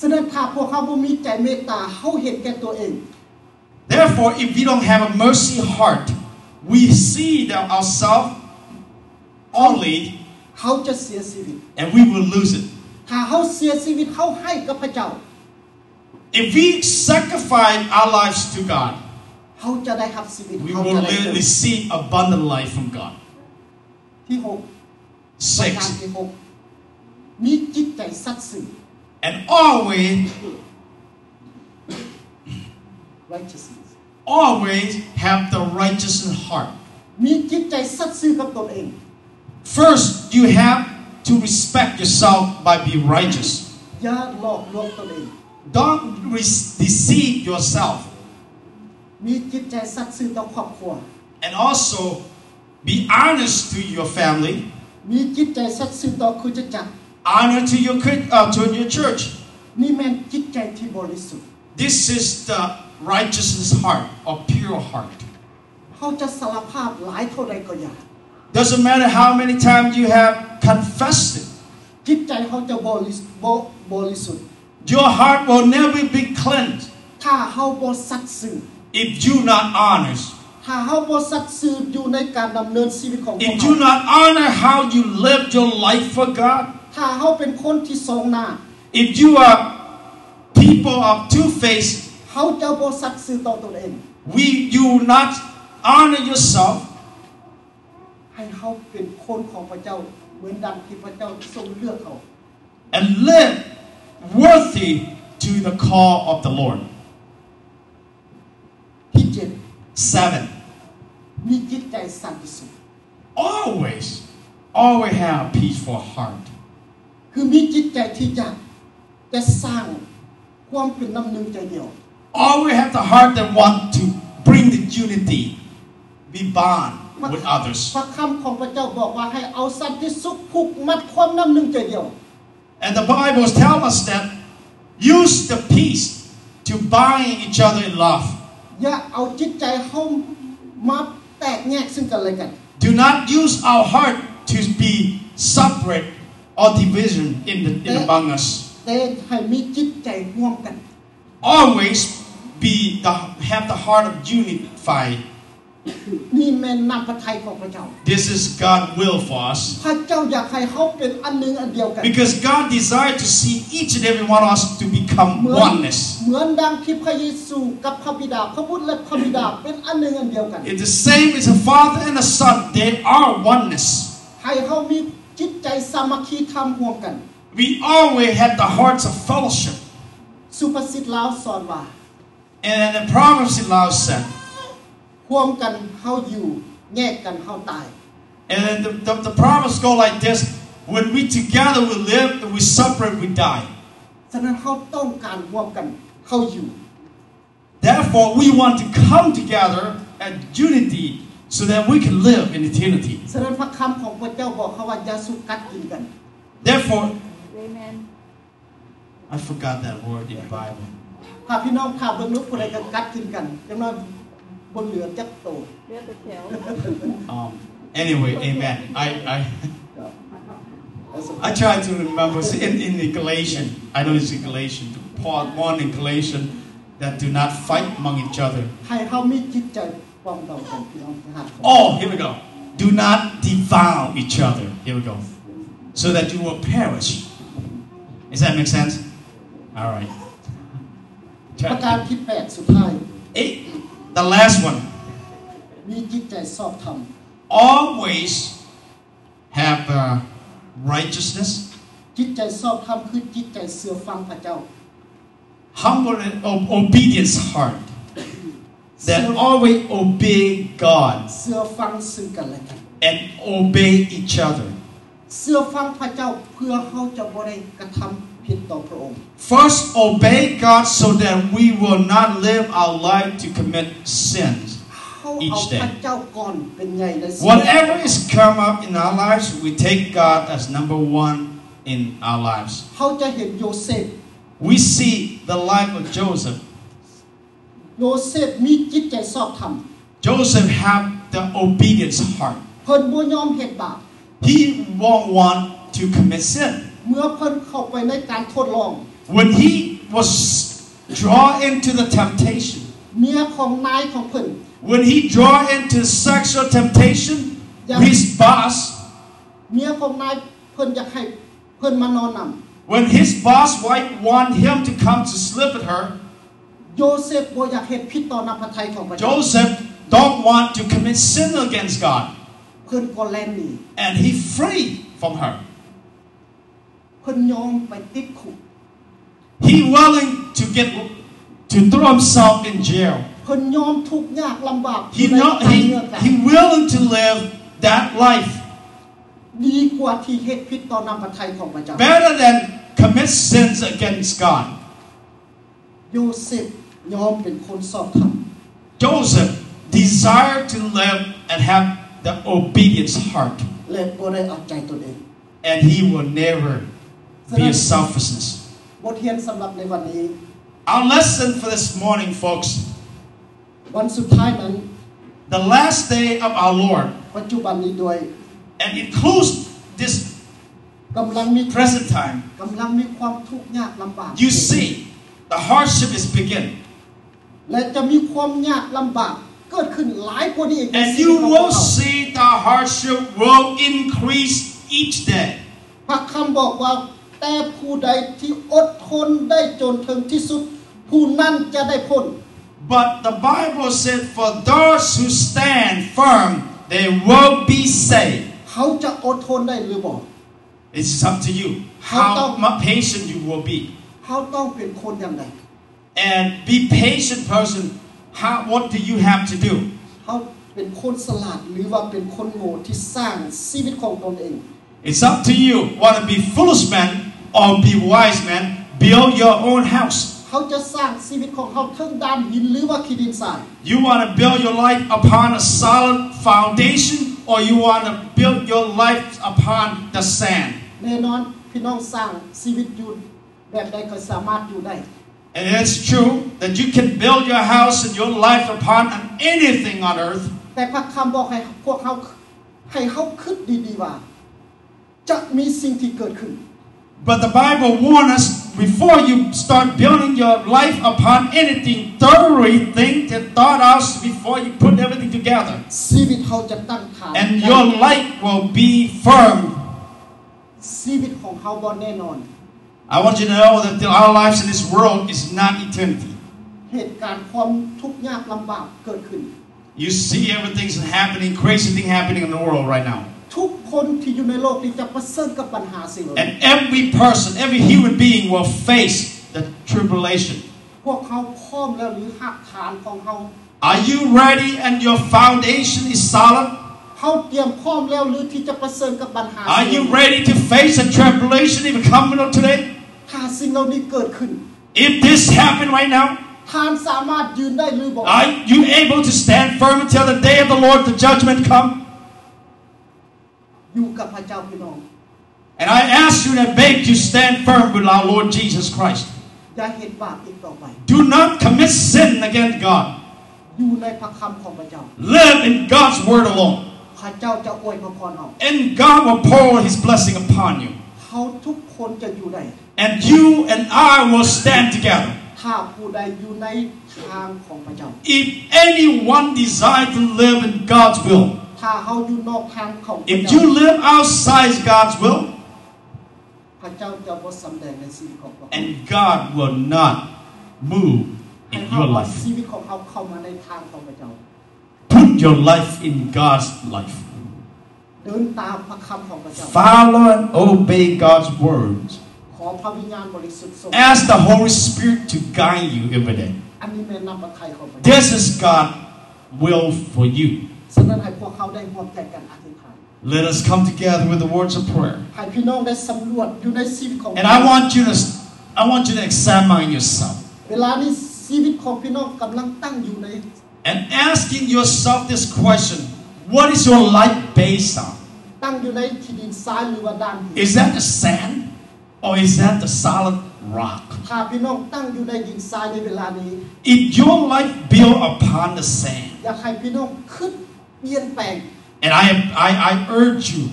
Speaker 1: แสดงถ้าพวกเขาบ่มีใจเมตตาเขาเห็นแก่ตัวเอง
Speaker 2: Therefore, if we don't have a mercy heart, we see that ourselves only
Speaker 1: เขาจะเสียชีวิต
Speaker 2: and we will lose it.
Speaker 1: ถ้าเขาเสียชีวิตเขาให้กับพระเจ้า
Speaker 2: If we sacrifice our lives to God,
Speaker 1: เขาจะได้รับชีวิต
Speaker 2: we
Speaker 1: เขา
Speaker 2: will
Speaker 1: จะได้
Speaker 2: li-
Speaker 1: เติบ
Speaker 2: receive abundant life from God.
Speaker 1: ที่หกประการ
Speaker 2: Six,
Speaker 1: ที่หกมีจิตใจสัตย์ซื่อ
Speaker 2: and always,
Speaker 1: righteousness
Speaker 2: always have the righteous in heart.
Speaker 1: มีจิตใจสัตย์ซื่อกับตนเอง
Speaker 2: First, you have to respect yourself by being righteous.
Speaker 1: อย่าหลอกลวงตนเอง
Speaker 2: Don't re- deceive yourself.
Speaker 1: มีจิตใจสัตย์ซื่อต่อครอบครัว
Speaker 2: And also, be honest to your family,
Speaker 1: มีจิตใจสัตย์ซื่อต่อคริสตจักร
Speaker 2: honor to your, cri- uh, to your church.
Speaker 1: นี่แม่นจิตใจที่บริสุทธิ์
Speaker 2: This is the righteousness heart or pure heart.
Speaker 1: เขาจะสารภาพหลายเท่าใดก็อย่า
Speaker 2: Doesn't matter how many times you have confessed it,
Speaker 1: จิตใจเขาจะบริสบอบริสุทธิ์
Speaker 2: your heart will never be cleansed
Speaker 1: ถ้าเขาบ่สัตย์ซื่อ
Speaker 2: if you not honest.
Speaker 1: ถ้าเขาบ่สัตย์ซื่ออยู่ในการดำเนินชีวิตของพวก
Speaker 2: If
Speaker 1: เขา
Speaker 2: you not honor how you lived your life for God,
Speaker 1: ถ้าเขาเป็นคนที่สองหน้า
Speaker 2: if you are people of two faced,
Speaker 1: เขาจะบ่สัตย์ซื่อต่อตนเอง
Speaker 2: we you not honor yourself,
Speaker 1: ให้เขาเป็นคนของพระเจ้าเหมือนดังที่พระเจ้าทรงเลือกเขา
Speaker 2: and live worthy to the call of the Lord.
Speaker 1: ที่เจ็ด
Speaker 2: Seven.
Speaker 1: มีจิตใจสันติสุข
Speaker 2: Always, always have a peaceful heart.
Speaker 1: คือมีจิตใจที่อยากจะสร้างความเป็นน้ำหนึ่งใจเดียว
Speaker 2: Always have the heart that want to bring the unity, be bond
Speaker 1: พระ
Speaker 2: with others.
Speaker 1: พระคำของพระเจ้าบอกว่าให้เอาสันติสุขผูกมัดความน้ำหนึ่งใจเดียว
Speaker 2: And the Bible tells us that use the peace to bind each other in love.
Speaker 1: อย่าเอาจิตใจเข้ามาแตกแยกซึ่งกันและกัน
Speaker 2: Do not use our heart to be separate or division in, the, in among us.
Speaker 1: แต่ให้มีจิตใจร่วมกัน
Speaker 2: Always be the, have the heart of unified.
Speaker 1: นี่แม่นนำพระทัยของพระเจ้า
Speaker 2: This is God's will for us.
Speaker 1: พระเจ้าอยากให้เขาเป็นอันหนึ่งอันเดียวกัน
Speaker 2: Because God desired to see each and every one of us to become
Speaker 1: เหมือน
Speaker 2: oneness.
Speaker 1: เหมือนดังที่พระเยซูกับพระบิดา พระบุตรและพระบิดาเป็นอันหนึ่งอันเดียวกัน
Speaker 2: It's the same as a father and a son. They are oneness.
Speaker 1: ให้เขามีจิตใจสามัคคีธรรมร่วมกัน
Speaker 2: We always had the hearts of fellowship.
Speaker 1: สุภาษิตลาวสอนว่า
Speaker 2: And the Proverbs in Laos said,
Speaker 1: ร่วมกันเขาอยู่แยกกันเขาตาย
Speaker 2: and the, the, the Proverbs go like this, when we together we live, and we separate we die.
Speaker 1: ฉะนั้นเขาต้องการร่วมกันเขาอยู่
Speaker 2: Therefore, we want to come together and unity so that we can live in eternity.
Speaker 1: ฉะนั้นพระคำของพระเจ้าบอกเขาว่าอย่าสุกัดกินกัน
Speaker 2: Therefore,
Speaker 4: Amen.
Speaker 2: I forgot that word in the Bible.
Speaker 1: ถ้าพี่น้องถ้าเบิ่งลูกผู้ใดก็กัดกินกันอย่างน้อยบนเหลือจักโต
Speaker 4: Live the tail.
Speaker 2: Um, anyway, amen. I,
Speaker 1: That's okay.
Speaker 2: I, I try to remember see, in, in the Galatian, I know it's in Galatian, part one in Galatian, that do not fight among each other.
Speaker 1: ให้เขามีจิตใจปรองดองกันพี่น้องทหารของ
Speaker 2: Oh, here we go. Do not devour each other. Here we go. So that you will perish. Does that make sense? All right.
Speaker 1: ประการ
Speaker 2: Chapter
Speaker 1: ที่ 8 สุดท้าย
Speaker 2: eight, the last one.
Speaker 1: มีจิตใจชอบธรรม
Speaker 2: Always have uh, righteousness,
Speaker 1: จิตใจชอบธรรมคือจิตใจเสื่อฟังพระเจ้า
Speaker 2: humble and ob- obedience heart.
Speaker 1: เสื่อ
Speaker 2: That always obey God
Speaker 1: เสื่อฟังซึ่งกันและกัน
Speaker 2: and obey each other.
Speaker 1: เสื่อฟังพระเจ้าเพื่อเขาจะบ่ได้กระทำผิดต่อพระองค์
Speaker 2: First, obey God so that we will not live our life to commit sins.
Speaker 1: เขาเอา
Speaker 2: Each day.
Speaker 1: พระเจ้าก่อนเป็นใหญ่ในชีวิต
Speaker 2: Whatever is come up in our lives, we take God as number one in our lives.
Speaker 1: เขาจะเห็นโยเซฟ
Speaker 2: We see the life of Joseph.
Speaker 1: โยเซฟมีจิตใจชอบธรรม
Speaker 2: Joseph had the obedience heart.
Speaker 1: เพิ่นบ่ยอมเฮ็ดบาป
Speaker 2: He won't want to commit sin.
Speaker 1: เมื่อเพิ่นเข้าไปในการทดลอง
Speaker 2: When he was drawn into the temptation,
Speaker 1: เมียของนายของเพิ่น
Speaker 2: when he drawn into sexual temptation, his boss,
Speaker 1: เมียของนายเพิ่นอยากให้เพิ่นมานอนนํ
Speaker 2: when his boss wife want him to come to sleep with her,
Speaker 1: โยเซฟบ่อยากเฮ็ดผิดต่อน้ำพระทัยของพระเจ้า
Speaker 2: Joseph don't want to commit sin against God,
Speaker 1: เพิ่นก็แล่นหนี
Speaker 2: and he free from her.
Speaker 1: เพิ่นยอมไปติดคุก
Speaker 2: He willing to get to throw himself in jail.
Speaker 1: เพิ่นยอมทุกข์ยากลำบากอ
Speaker 2: He
Speaker 1: ยู่
Speaker 2: not
Speaker 1: ใการ
Speaker 2: he,
Speaker 1: เงื่อนไข
Speaker 2: he willing to live that life
Speaker 1: ดีกว่าที่เฮ็ดผิดต่อน้ำพระทัยของพระเจ้า
Speaker 2: better than commit sins against God.
Speaker 1: โยเซฟยอมเป็นคนสอบธรรม
Speaker 2: Joseph desired to live and have the obedience heart,
Speaker 1: และบ่ได้เอาใจตนเอง
Speaker 2: and he will never be a selfishness.
Speaker 1: บทเรียนสำหรับในวันนี้
Speaker 2: Our lesson for this morning, folks,
Speaker 1: วันสุดท้ายนั้น
Speaker 2: the last day of our Lord,
Speaker 1: ปัจจุบันนี้โดวย
Speaker 2: and includes this
Speaker 1: กำลังมี
Speaker 2: present time.
Speaker 1: กำลังมีความทุกข์ยากลำบาก
Speaker 2: You see, the hardship is begin,
Speaker 1: และจะมีความยากลำบาก เกิดขึ้นหลายกว่านี้อีกใน
Speaker 2: and
Speaker 1: ชีวิต
Speaker 2: you
Speaker 1: ของ
Speaker 2: will
Speaker 1: เรา
Speaker 2: see the hardship will increase each day.
Speaker 1: พระคำบอกว่า แต่ผู้ใดที่อดทนได้จนถึงที่สุด ผู้นั้นจะได้พ้น
Speaker 2: But the Bible said, for those who stand firm, they will be saved.
Speaker 1: เขาจะอดทนได้หรือบ่
Speaker 2: It's up to you how mu- patient you will be.
Speaker 1: เขาต้องเป็นคนอย่างไร
Speaker 2: And be patient person, how, what do you have to do?
Speaker 1: เขาเป็นคนสลาดหรือว่าเป็นคนโง่ที่สร้างชีวิตของตนเอง
Speaker 2: It's up to you. Want to be foolish man or be wise man? Build your own house.
Speaker 1: เขาจะสร้างชีวิตของเขาทั้งด้านหินหรือว่าขีดินทราย
Speaker 2: You want to build your life upon a solid foundation or you want to build your life upon the sand?
Speaker 1: แน่นอนพี่น้องสร้างชีวิตอยู่แบบใดก็สามารถอยู่ได้
Speaker 2: And it's true that you can build your house and your life upon an- anything on earth.
Speaker 1: แต่พระคำบอกให้พวกเขาให้เขาคิดดีๆว่า จะมีสิ่งที่เกิดขึ้น
Speaker 2: But the Bible warns us before you start building your life upon anything, thoroughly think and thought out before you put everything together.
Speaker 1: ชีวิตเขาจะตั้งฐาน
Speaker 2: And your life will be firm.
Speaker 1: ชีวิตของเขาบ่แน่นอน
Speaker 2: I want you to know that our lives in this world is not eternity.
Speaker 1: เหตุการณ์ความทุกข์ยากลำบากเกิดขึ้น
Speaker 2: You see everything's happening, crazy thing happening in the world right now.
Speaker 1: ทุกคนที่อยู่ในโลกนี้จะประสบกับปัญหาสิ่งเหล่านี้
Speaker 2: And every person, every human being will face the tribulation.
Speaker 1: พวกเขาพร้อมแล้วหรือหักฐานของเขา
Speaker 2: Are you ready and your foundation is solid?
Speaker 1: เขาเตรียมพร้อมแล้วหรือที่จะประสบกับปัญหา
Speaker 2: Are
Speaker 1: สิ่ง
Speaker 2: you
Speaker 1: เหล่านี้
Speaker 2: ready to face the tribulation even coming up today?
Speaker 1: ถ้าสิ่งเหล่านี้เกิดขึ้น
Speaker 2: If this happened right now,
Speaker 1: ท่านสามารถยืนได้หรือบ่
Speaker 2: are you able to stand firm until the day of the Lord, the judgment come?
Speaker 1: อยู่กับพระเจ้าพี่น้อง
Speaker 2: And I ask you and beg you stand firm with our Lord Jesus Christ.
Speaker 1: อย่าเห็นบาปอีกต่อไป
Speaker 2: Do not commit sin against God.
Speaker 1: อยู่ในพระคำของพระเจ้า
Speaker 2: Live in God's word alone,
Speaker 1: พระเจ้าจะอวยพรเอา
Speaker 2: and God will pour His blessing upon you.
Speaker 1: เขาทุกคนจะอยู่ได้
Speaker 2: And you and I will stand together.
Speaker 1: ถ้าผู้ใดอยู่ในทางของพระเจ้า
Speaker 2: If anyone desires to live in God's will,
Speaker 1: ถ้าเขาอยู่นอกทางของพระ
Speaker 2: if
Speaker 1: เจ้า
Speaker 2: you live outside God's will,
Speaker 1: พระเจ้าจะบ่สำแดงในชีวิตของพวกเขา
Speaker 2: and God will not move
Speaker 1: ให้
Speaker 2: in
Speaker 1: เขา
Speaker 2: your
Speaker 1: เอา
Speaker 2: life.
Speaker 1: ชีวิตของเขาเข้ามาในทางของพระเจ้า
Speaker 2: Put your life in God's life.
Speaker 1: เดินตามพระคำของพระเจ้า
Speaker 2: Follow and obey God's words.
Speaker 1: ขอพระวิญญาณบริสุทธิ์ทรง
Speaker 2: Ask the Holy Spirit to guide you every day.
Speaker 1: อันนี้เป็นนามพระทัยของพระเจ้า
Speaker 2: This is God's will for you.
Speaker 1: ฉะนั้นให้พวกเขาได้ร่วมใจกันอธิษฐาน
Speaker 2: Let us come together with the words of prayer.
Speaker 1: ให้พี่น้องได้สำรวจอยู่ในชีวิตของ
Speaker 2: And I want you to I want you to examine yourself
Speaker 1: เวลานี้ชีวิตของพี่น้องกำลังตั้งอยู่ใน
Speaker 2: and asking yourself this question: What is your life based on?
Speaker 1: ตั้งอยู่ในที่ดินซ้ายหรือว่าด้านหิน
Speaker 2: Is that the sand or is that the solid rock?
Speaker 1: ถ้าพี่น้องตั้งอยู่ในดินซ้ายในเวลานี้
Speaker 2: If your life built upon the sand,
Speaker 1: อยากให้พี่น้องคิดเปลี่ยนแปลง
Speaker 2: and I, I, I urge you,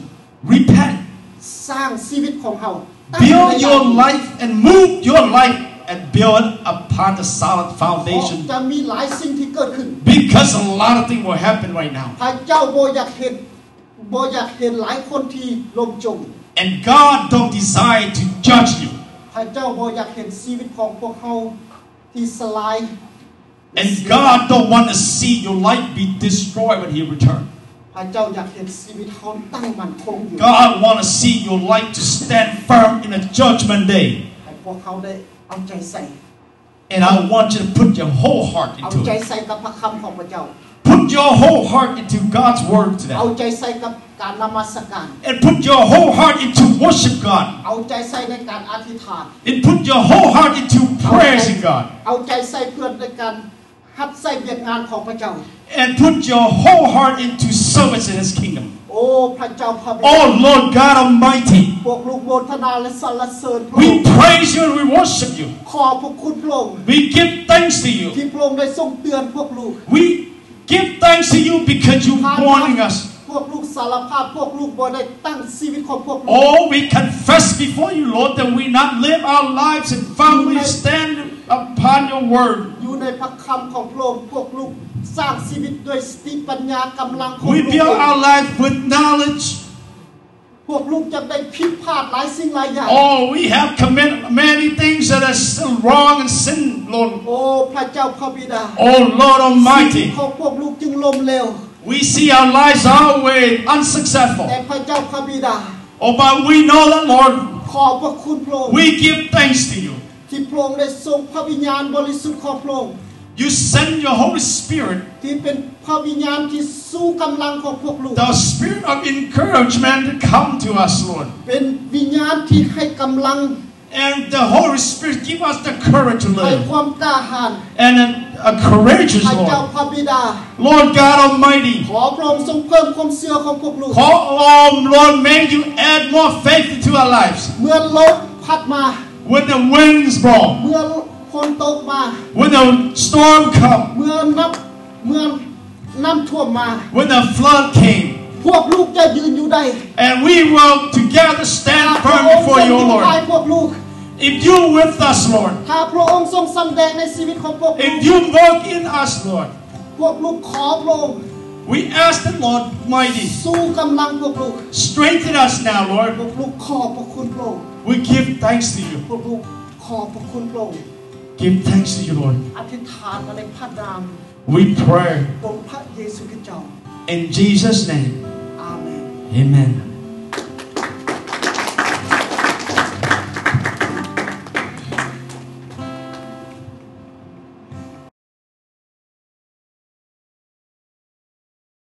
Speaker 2: repent,
Speaker 1: สร้างชีวิตของเราตั้งอยู่ในด้าน
Speaker 2: build your
Speaker 1: หิน
Speaker 2: life and move your life and build it upon the solid
Speaker 1: เพราะ
Speaker 2: foundation.
Speaker 1: จะมีหลายสิ่งที่เกิดขึ้น
Speaker 2: Because a lot of things will happen right now,
Speaker 1: พระเจ้าโบอยากเห็นโบอยากเห็นหลายคนที่ลมจม
Speaker 2: and God don't desire to judge you.
Speaker 1: พระเจ้าโบอยากเห็นชีวิตของพวกเขาที่สลาย
Speaker 2: And God don't want to see your life be destroyed when He returns.
Speaker 1: พระเจ้าอยากเห็นชีวิตเขาตั้งมั่นคงอยู่
Speaker 2: God want to see your life to stand firm in a judgment day.
Speaker 1: ให้พวกเขาได้เอาใจใส่
Speaker 2: And I want you to put your whole heart
Speaker 1: เอา
Speaker 2: into
Speaker 1: ใจ
Speaker 2: it.
Speaker 1: ใส่กับพระคำของพระเจ้า
Speaker 2: Put your whole heart into God's word
Speaker 1: เอา
Speaker 2: today.
Speaker 1: ใจใส่กับการนมัสการ
Speaker 2: And put your whole heart into worship God.
Speaker 1: เอาใจใส่ในการอธิษฐาน
Speaker 2: And put your whole heart into praising God.
Speaker 1: เอาใจใส่เพื่อนในการหัดใส่เวียดงานของพระเจ้า
Speaker 2: And put your whole heart into service in His kingdom.
Speaker 1: โอ้พระเจ้าพระบิดา
Speaker 2: Oh Lord God Almighty,
Speaker 1: พวกลูกโมทนาและสรรเสริญพระอง
Speaker 2: we
Speaker 1: ค์
Speaker 2: praise you and we worship you.
Speaker 1: ขอบพระคุณพระองค์
Speaker 2: We give thanks to you.
Speaker 1: ที่พระองค์ได้ทรงเตือนพวกลูก
Speaker 2: We give thanks to you because you're
Speaker 1: ผ่าน
Speaker 2: warning
Speaker 1: มา
Speaker 2: us.
Speaker 1: พวกลูกสารภาพพวกลูกบ่ได้ตั้งชีวิตของพวกลูก
Speaker 2: Oh, we confess before you, Lord, that we not live our lives and firmly stand upon your word.
Speaker 1: อยู่ในพระคำของพระองค์พวกลูกสร้างชีวิตด้วยสติปัญญากำลังของพ
Speaker 2: We
Speaker 1: ระ
Speaker 2: build
Speaker 1: อง
Speaker 2: our
Speaker 1: ค์
Speaker 2: life with knowledge.
Speaker 1: พวกลูกจะได้ผิดพลาดหลายสิ่งหลายอย่าง
Speaker 2: Oh, we have committed many things that are still wrong and sin, Lord.
Speaker 1: โอ้พระเจ้าพระบิดา
Speaker 2: Oh, Lord
Speaker 1: ชีวิต
Speaker 2: Almighty,
Speaker 1: ของพวกลูกจึงล้มเหลว
Speaker 2: we see our lives our way
Speaker 1: แต่
Speaker 2: unsuccessful.
Speaker 1: พระเจ้าพระบิดา
Speaker 2: Oh, but we know that, Lord,
Speaker 1: ขอบพระคุณพระองค์
Speaker 2: we give thanks to you.
Speaker 1: ที่พระองค์ได้ทรงพระวิญญาณบริสุทธิ์ของพระองค์
Speaker 2: You send your Holy Spirit,
Speaker 1: ที่เป็นพระวิญญาณที่สู้กำลังของพวกลูก
Speaker 2: the spirit of encouragement, to come to us, Lord.
Speaker 1: เป็นวิญญาณที่ให้กำลัง
Speaker 2: And the Holy Spirit give us the courage to
Speaker 1: ให้
Speaker 2: live.
Speaker 1: ความกล้าหาญ
Speaker 2: and a, a courageous
Speaker 1: พระเจ้า
Speaker 2: Lord.
Speaker 1: พระบิดา
Speaker 2: Lord God Almighty,
Speaker 1: ขอพระองค์ทรงเพิ่มความเชื่อของพวกลูก
Speaker 2: call on Lord, may you add more faith into our lives.
Speaker 1: เมื่อลมพัดมา
Speaker 2: When the winds blow,
Speaker 1: เมื่อฝนตกมา
Speaker 2: when the storm come,
Speaker 1: เมื่อนับเมื่อน้ำท่วมมา
Speaker 2: when the flood came,
Speaker 1: พวกลูกจะยืนอยู่ได้
Speaker 2: and we will together stand
Speaker 1: พระ
Speaker 2: firm
Speaker 1: องค์ทร
Speaker 2: before
Speaker 1: งอ
Speaker 2: you,
Speaker 1: ยู่ภาย
Speaker 2: Lord.
Speaker 1: พวกลูก
Speaker 2: If you with us, Lord,
Speaker 1: ถ้าพระองค์ทรงสำแดงในชีวิตของพวกลูก
Speaker 2: if you work in us, Lord,
Speaker 1: พวกลูกขอพระองค์
Speaker 2: we ask the Lord mighty,
Speaker 1: สู้กำลังพวกลูก
Speaker 2: strengthen us now,
Speaker 1: พ
Speaker 2: Lord.
Speaker 1: วกลูกขอบพระคุณพระองค์
Speaker 2: We give thanks to you.
Speaker 1: พวกลูกขอบพระคุณพระองค์
Speaker 2: Give thanks to you, Lord.
Speaker 1: อธิษฐานมาในพระนาม
Speaker 2: We pray
Speaker 1: องค์พระเยซูคริสต์เจ้า
Speaker 2: in Jesus' name.
Speaker 1: อาเมน
Speaker 2: Amen.